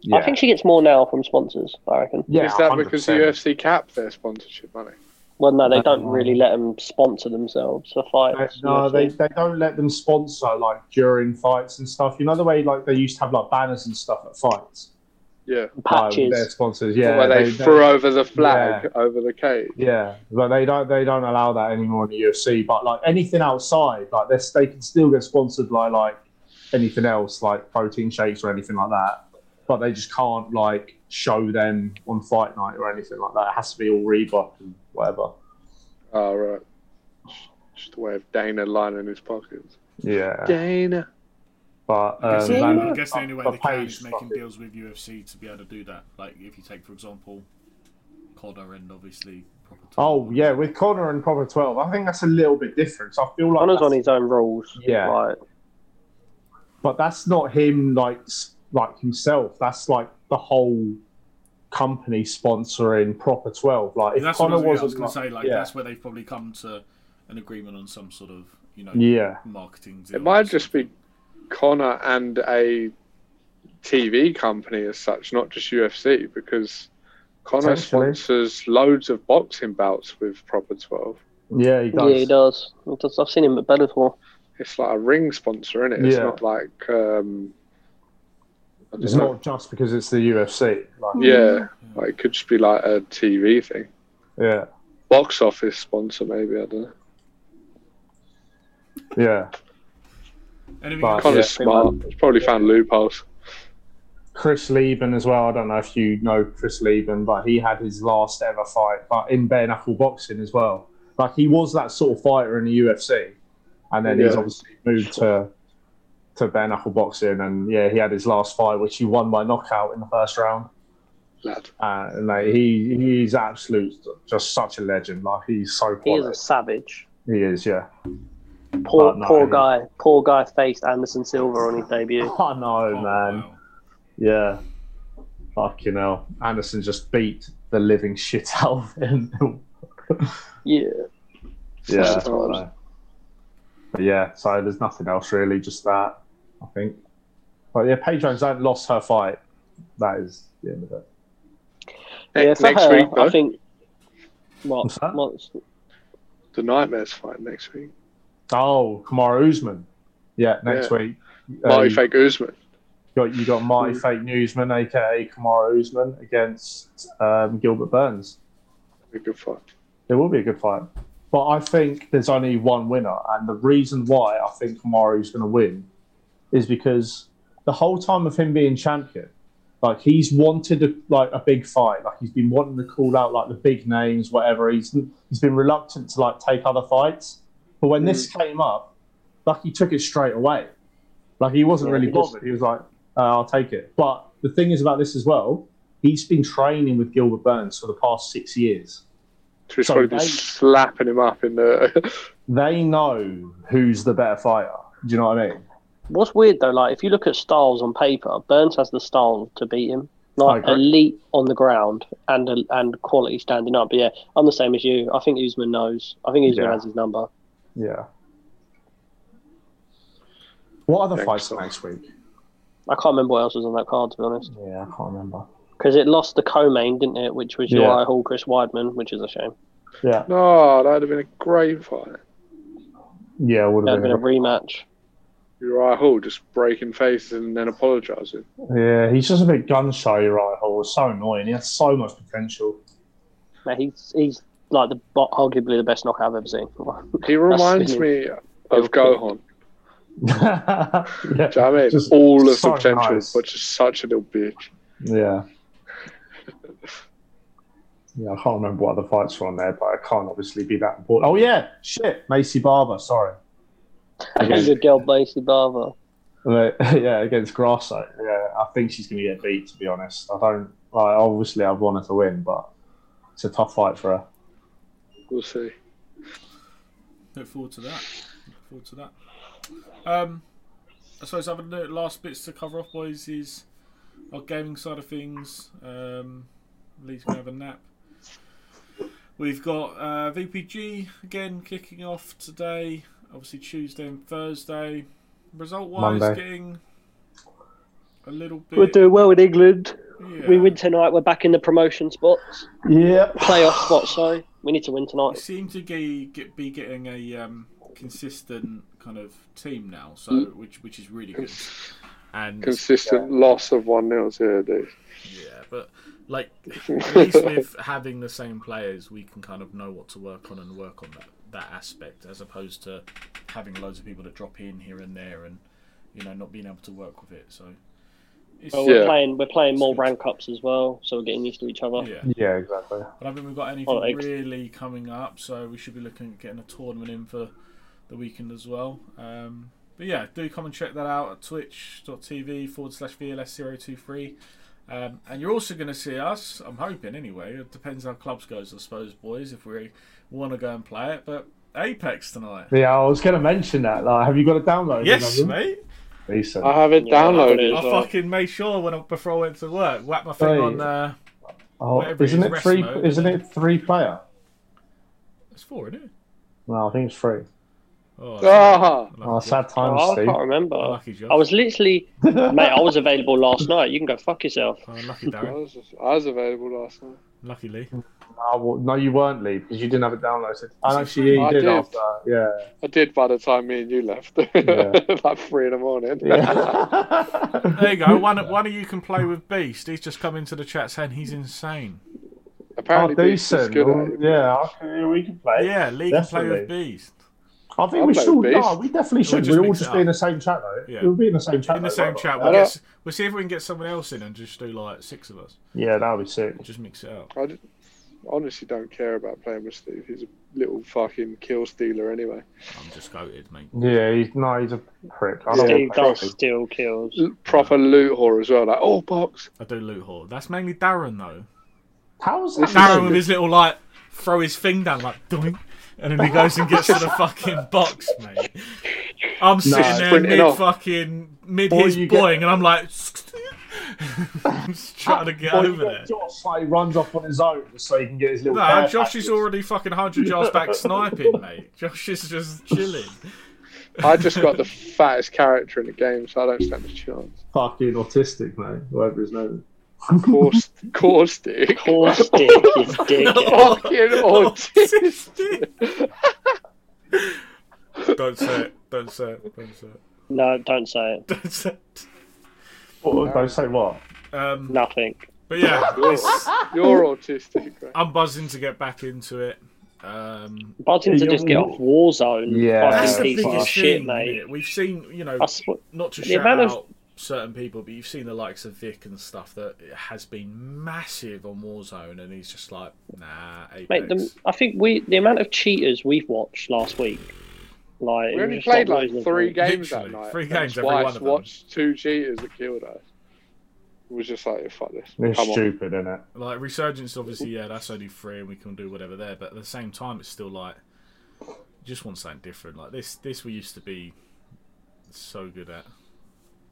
B: Yeah.
C: I think she gets more now from sponsors. I reckon.
B: yeah,
G: is that because the
B: 100%.
G: UFC cap their sponsorship money?
C: Well, no, they
B: No.
C: don't really let them sponsor themselves for fights.
B: They- No, they,
C: UFC.
B: they don't let them sponsor like during fights and stuff. You know the way like they used to have like banners and stuff at fights.
G: Yeah.
B: Like, with
C: patches.
B: their sponsors, yeah.
G: where they, threw over the flag
B: Yeah.
G: over the cage.
B: yeah, but they don't they don't allow that anymore in the UFC. But like anything outside, like this, they can still get sponsored by like anything else, like protein shakes or anything like that. But they just can't like show them on fight night or anything like that. It has to be all Reebok and whatever.
G: Oh right. Just a way of Dana lining his pockets.
B: Yeah,
G: Dana.
B: but
A: I guess,
B: um,
A: I
B: that-
A: guess the only way
B: but
A: they can
B: Paige
A: is making
B: fucking-
A: deals with UFC to be able to do that. Like if you take, for example, Connor and obviously. proper top.
B: Oh yeah, with Connor and Proper Twelve, I think that's a little bit different. So I feel like
C: Connor's
B: that's-
C: on his own rules.
B: Yeah.
C: Like,
B: but that's not him like s- like himself that's like the whole company sponsoring proper 12 like if
A: that's
B: connor
A: what I was,
B: wasn't
A: going to say. Like
B: yeah.
A: that's where they've probably come to an agreement on some sort of you know
B: yeah
A: marketing. Deal
G: It might
A: or
G: just
A: something.
G: be Connor and a TV company as such, not just UFC, because Connor
B: Potentially.
G: sponsors loads of boxing bouts with Proper 12.
B: yeah he does
C: yeah, he does. He does. I've seen him at Bellator.
G: It's like a ring sponsor, is it? It's
B: Yeah.
G: not like. Um, I don't
B: it's
G: know.
B: not just because it's the ufc like,
G: Yeah, like it could just be like a TV thing.
B: yeah
G: Box office sponsor, maybe. I don't know.
B: yeah
A: Anything
B: but-
A: else?
B: Yeah,
G: Connor's smart. He's probably found loopholes.
B: chris lieben as well i don't know if you know chris lieben but he had his last ever fight but in bare knuckle boxing as well like he was that sort of fighter in the ufc and then he's
G: Yeah.
B: obviously moved to to bare knuckle boxing and yeah he had his last fight which he won by knockout in the first round
G: Lad.
B: Uh, like he he's absolute just such a legend. Like he's so
C: He is
B: quality.
C: a savage.
B: He is, yeah.
C: Poor,
B: But no,
C: poor
B: he-
C: guy. Poor guy faced Anderson Silva on his debut.
B: I know,
A: Oh,
B: man.
A: wow.
B: Yeah. Fucking hell. Anderson just beat the living shit out of him.
C: Yeah.
B: yeah.
G: Sometimes.
B: I know. But yeah, so there's nothing else really, just that, I think. But yeah, Paige Van Zandt lost her fight. That is the end of it.
G: Ne-
C: yeah, for
G: next
C: her,
G: week, though,
C: I think. What?
B: What's that?
C: what's-
G: the Nightmares fight next week.
B: Oh, Kamara Usman. Yeah, next
G: Yeah.
B: week.
G: Marty
B: Um,
G: Fake Usman.
B: got you got Marty Fake Newsman, aka Kamara Usman, against um, Gilbert Burns.
G: Be a good fight.
B: It will be a good fight, but I think there's only one winner, and the reason why I think Kamara is going to win is because the whole time of him being champion, like he's wanted a, like a big fight, like he's been wanting to call out like the big names, whatever. He's he's been reluctant to like take other fights, but when this
C: Mm.
B: came up, like he took it straight away. Like he wasn't
C: Yeah,
B: really
C: he just-
B: bothered. He was like, uh, "I'll take it." But the thing is about this as well, he's been training with Gilbert Burns for the past six years.
G: So he's
B: So
G: probably been
B: they-
G: slapping him up in the.
B: They know who's the better fighter. Do you know what I mean?
C: What's weird though, like if you look at styles on paper, Burns has the style to beat him. Like
B: I agree.
C: elite on the ground and and quality standing up. But yeah, I'm the same as you. I think Usman knows. I think Usman
B: Yeah.
C: has his number.
B: Yeah. What other
G: Thanks,
B: fights
G: Tom.
B: are next week?
C: I can't remember what else was on that card to be honest,
B: Yeah, I can't remember.
C: because it lost the co-main, didn't it? Which was your
B: Yeah.
C: Hall, Chris Weidman, which is a shame.
B: Yeah,
G: no, that'd have been a great fight.
B: yeah, it would
C: That'd
B: have
C: have been a
B: been.
C: rematch.
G: Uriah Hall just breaking faces and then apologising.
B: Yeah, he's just a bit gun shy, right? Hall. It's so annoying. He has so much potential.
C: Mate, he's he's like the arguably the best knockout I've ever seen.
G: He reminds
C: the-
G: me of Gohan.
B: yeah.
G: Do you know what I mean?
B: Just
G: All of
B: so
G: the potential,
B: nice.
G: but just such a little bitch.
B: Yeah. Yeah, I can't remember what other fights were on there, but I can't obviously be that important. Oh yeah, shit, Macy Barber, sorry. Against,
C: Good girl, Macy Barber.
B: yeah, against Grasso. Yeah, I think she's going to get beat. To be honest, I don't. Like, obviously, I'd want her to win, but it's a tough fight for her.
G: We'll see.
A: Look forward to that. Look forward to that. Um, I suppose other than the last bits to cover off, boys, is our gaming side of things. Um, Lee's gonna have a nap. We've got uh, VPG again kicking off today. Obviously Tuesday and Thursday. Result wise,
B: Monday.
A: getting a little bit.
C: We're doing well in England.
A: yeah.
C: We win tonight. We're back in the promotion spots,
B: Yep.
C: playoff spots. Sorry, we need to win
A: We
C: tonight.
A: seem to be, get, be getting a um, consistent kind of team now, so which which is really good. And
G: Consistent loss of 1 0 to dude.
A: yeah, but like at least with having the same players, we can kind of know what to work on and work on that that aspect, as opposed to having loads of people that drop in here and there, and you know not being able to work with it. So it's,
C: Well,
A: yeah.
C: we're
G: Yeah.
C: playing. We're playing more rank ups as well, so we're getting used to each other.
B: Yeah, exactly.
A: I don't think we've got anything
C: Oh, ex-
A: really coming up, so we should be looking at getting a tournament in for the weekend as well. Um, but yeah, do come and check that out at twitch.tv forward slash VLS023. Um, and you're also going to see us, I'm hoping anyway. It depends how clubs goes, I suppose, boys, if we want to go and play it. But Apex tonight.
B: Yeah, I was going to mention that. Like, have you got it downloaded?
A: Yes,
B: Have you?
A: mate. Uh,
B: Decent.
G: I have it
C: Yeah, I have it
G: downloaded.
A: I
G: as well.
A: fucking made sure when I, before I went to work, whack my thing
B: Hey.
A: on. Uh,
B: Oh,
A: whatever it
B: isn't
A: is,
B: it
A: rest
B: three?
A: mode.
B: Isn't it three player?
A: it's four, isn't it?
B: No, I think it's three.
A: Oh,
G: Ah,
B: Oh,
A: lucky,
B: sad times,
C: Oh, I
B: Steve.
C: can't remember.
A: lucky job.
C: I was literally, mate. I was available last night. You can go fuck yourself.
A: Oh, lucky
G: I
A: Darren.
G: was, I was available last night.
A: lucky Lee.
B: No, well, no, you weren't, Lee, because you didn't have it downloaded. And actually, yeah, you
G: I
B: did,
G: did.
B: after. Yeah.
G: I did by the time me and you left. like three in the morning.
B: Oh,
A: There you go. One, one of you can play with Beast. He's just come into the chat saying he's insane.
B: oh,
G: Apparently, Beast is
B: decent.
G: good
B: Well,
G: at it.
B: yeah, I can- we can play.
A: Yeah, Lee can play with
B: Definitely.
A: Beast.
B: I think
G: I'll
B: we
G: play
B: should.
G: with
B: No,
G: Beast.
B: we definitely should.
A: just
B: We'll all
A: mix it
B: just be in
A: up.
B: the same chat, though.
A: Yeah.
B: We'll be in the same chat.
A: In the
B: though,
A: same
B: won't
A: chat,
B: we?
A: we'll,
G: I
A: get,
G: don't-
A: s- we'll see if we can get someone else in and just do like six of us.
B: Yeah, that would be sick.
A: Just mix it up.
G: I d- honestly don't care about playing with Steve. He's a little fucking kill stealer anyway.
A: I'm just goated, mate.
B: Yeah, he's, no, he's a prick. I don't want to
C: Steve
B: play with
C: does
B: him.
C: steal kills.
G: L- Proper loot whore as well. Like, oh, box.
A: I do loot haul. That's mainly Darren though.
B: How's
G: This
B: that?
A: Darren with his little like throw his thing down like doink, and then he goes and gets to the fucking box, mate. I'm sitting there
G: printing
A: mid
G: off.
A: fucking mid
B: Or
A: his
B: you
A: boying,
B: get-
A: and I'm like, I'm just trying to get
B: Well, you
A: over
B: got
A: there.
B: Josh, like, runs off on his own just so he can get his little.
A: No,
B: bear
A: Josh is
B: patches.
A: already fucking 100 yards back sniping, mate. Josh is just chilling.
G: I just got the fattest character in the game, so I don't stand a chance.
B: fucking autistic, mate. Whatever his name.
G: Course, course, stick.
C: Horse dick is dick.
G: Fucking autistic.
A: don't say it. Don't say it. Don't say it.
C: No, don't say it.
A: Don't say it.
B: What, don't say what.
A: Um,
C: Nothing.
A: But yeah, it's-
G: You're autistic. Right?
A: I'm buzzing to get back into it. Um,
C: Buzzing to
B: Yeah,
C: just get
B: you're-
C: off Warzone.
F: Yeah.
C: Fucking
A: that's the
C: pieces of
A: biggest
C: shit,
A: thing.
C: mate.
A: We've seen, you know,
C: I sw-
A: not to
C: The
A: shout
C: amount of-
A: out certain people, but you've seen the likes of Vic and stuff that has been massive on Warzone, and he's just like, nah, Apex.
C: Mate, the, I think we the amount of cheaters we've watched last week. Like it
G: We
C: was
G: only
C: just
G: played
C: not
G: like
C: reasonable.
G: three games that
A: Literally,
G: night.
A: three
G: and
A: games, every
G: twice
A: one of them.
G: watched two cheaters that killed us. It was just like, fuck this.
B: It's
G: Come on.
B: stupid, isn't it?
A: Like Resurgence, obviously, yeah, that's only free, and we can do whatever there. But at the same time, it's still like, you just want something different. Like this, this we used to be so good at.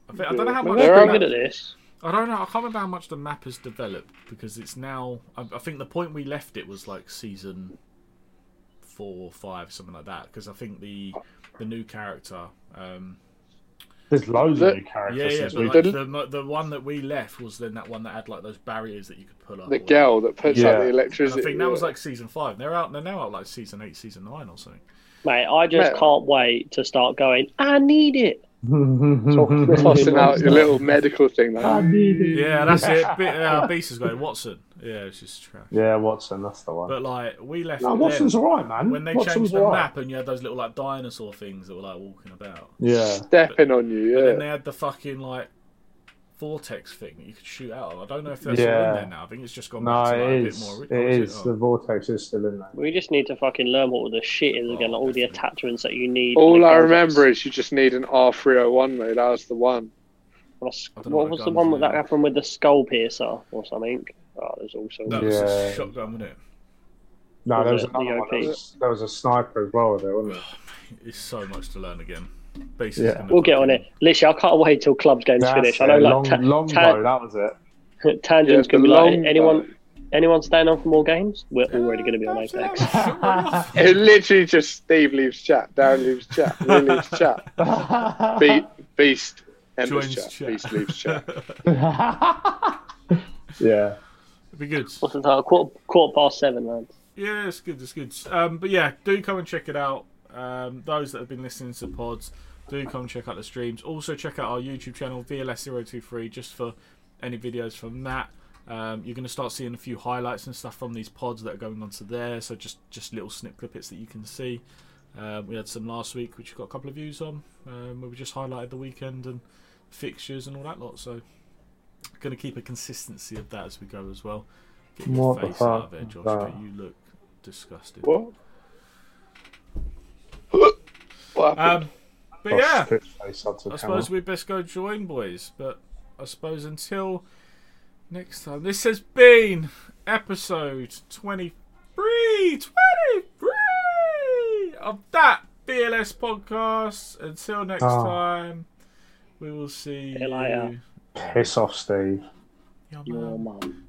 A: I, think, I don't know how
G: Well,
A: much.
C: They're
G: there are
C: all
A: that-
C: good at this.
A: I don't know. I can't remember how much the map has developed because it's now. I, I think the point we left it was like season four or five, something like that. Because I think the the new character. Um,
B: There's loads
G: The-
B: of new characters.
A: yeah, yeah.
B: since
A: But
B: we-
A: like
G: did.
A: the mo- the one that we left was then that one that had like those barriers that you could pull up.
G: The
A: or-
G: girl that puts
B: Yeah.
G: out the
A: And
G: electricity.
A: I think that was
G: yeah.
A: like season five. They're out. They're now out like season eight, season nine, or something.
C: Mate, I just
G: Mate.
C: can't wait to start going, I need it.
G: tossing out your little medical thing. Like,
A: Yeah, that's it. Be- uh, Beast is going Watson. Yeah, it's just trash.
B: yeah, Watson, that's the one.
A: But like we left.
B: no,
A: them-
B: Watson's alright, man.
A: when they
B: Watson's
A: changed the
B: all right.
A: map and you had those little like dinosaur things that were like walking about.
B: Yeah.
G: stepping on you.
A: But then they
G: Yeah.
A: had the fucking like vortex thing that you could shoot out. of. I don't know if that's all
B: Yeah.
A: in there now. I think it's just gone
B: No,
A: back to like,
B: it
A: a bit
B: is.
A: more.
B: It
A: or is Oh,
B: is. The vortex is still in there.
C: We just need to fucking learn what all the shit is again,
A: Oh,
C: like all the
A: definitely.
C: attachments that you need.
G: All I remember is you just need an R301, mate. That was the one.
A: I
C: What
A: don't know
C: what
A: the
C: was the
A: guns
C: one
A: now.
C: that happened with the skull piercer or something? Oh, there's also
A: That was a
B: Yeah.
A: shotgun, wasn't it?
B: No,
C: Was
B: there was
C: it
B: another
C: the
B: one. There
C: OP?
B: was, there was a sniper as well there, wasn't there?
A: It's so much to learn again. Beast is
B: Yeah.
A: gonna
C: We'll get on
A: fucking-
C: it. Literally, I can't wait till club's game's
B: That's
C: finished. I
B: it,
C: know,
B: long,
C: like, ta-
B: long
C: ta-
B: bow, that was it.
C: tangents
G: Yeah,
C: gonna
G: the
C: be like,
G: long
C: anyone, anyone staying on for more games? We're already gonna be on Apex.
G: It literally just Steve leaves chat, Darren leaves chat, Will leaves chat, Be- Beast
A: Joins
G: enters chat,
A: chat.
G: Beast leaves chat.
B: yeah.
A: It'd be good.
C: What's the time? Quarter, quarter past seven, man.
A: Yeah, it's good. It's good. Um, but yeah, do come and check it out. Um, those that have been listening to the pods, do come and check out the streams. Also, check out our YouTube channel VLS023 just for any videos from that. Um, you're going to start seeing a few highlights and stuff from these pods that are going onto there. So just just little snip clippets that you can see. Um, we had some last week, which got a couple of views on, um, where we just highlighted the weekend and fixtures and all that lot. So going to keep a consistency of that as we go as well. Get your
B: What the
A: face out of
B: fuck
A: it,
B: is
A: Josh.
B: that?
A: but You look disgusted.
G: What? what happened?
A: Um, but yeah,
B: I
A: I suppose we best go join, boys. But I suppose until next time, this has been episode 23, 23 of that BLS podcast. Until next
B: Oh.
A: time, we will see
C: See you later.
A: you.
B: Piss off, Steve.
A: Your
C: Your
A: man.
C: mum.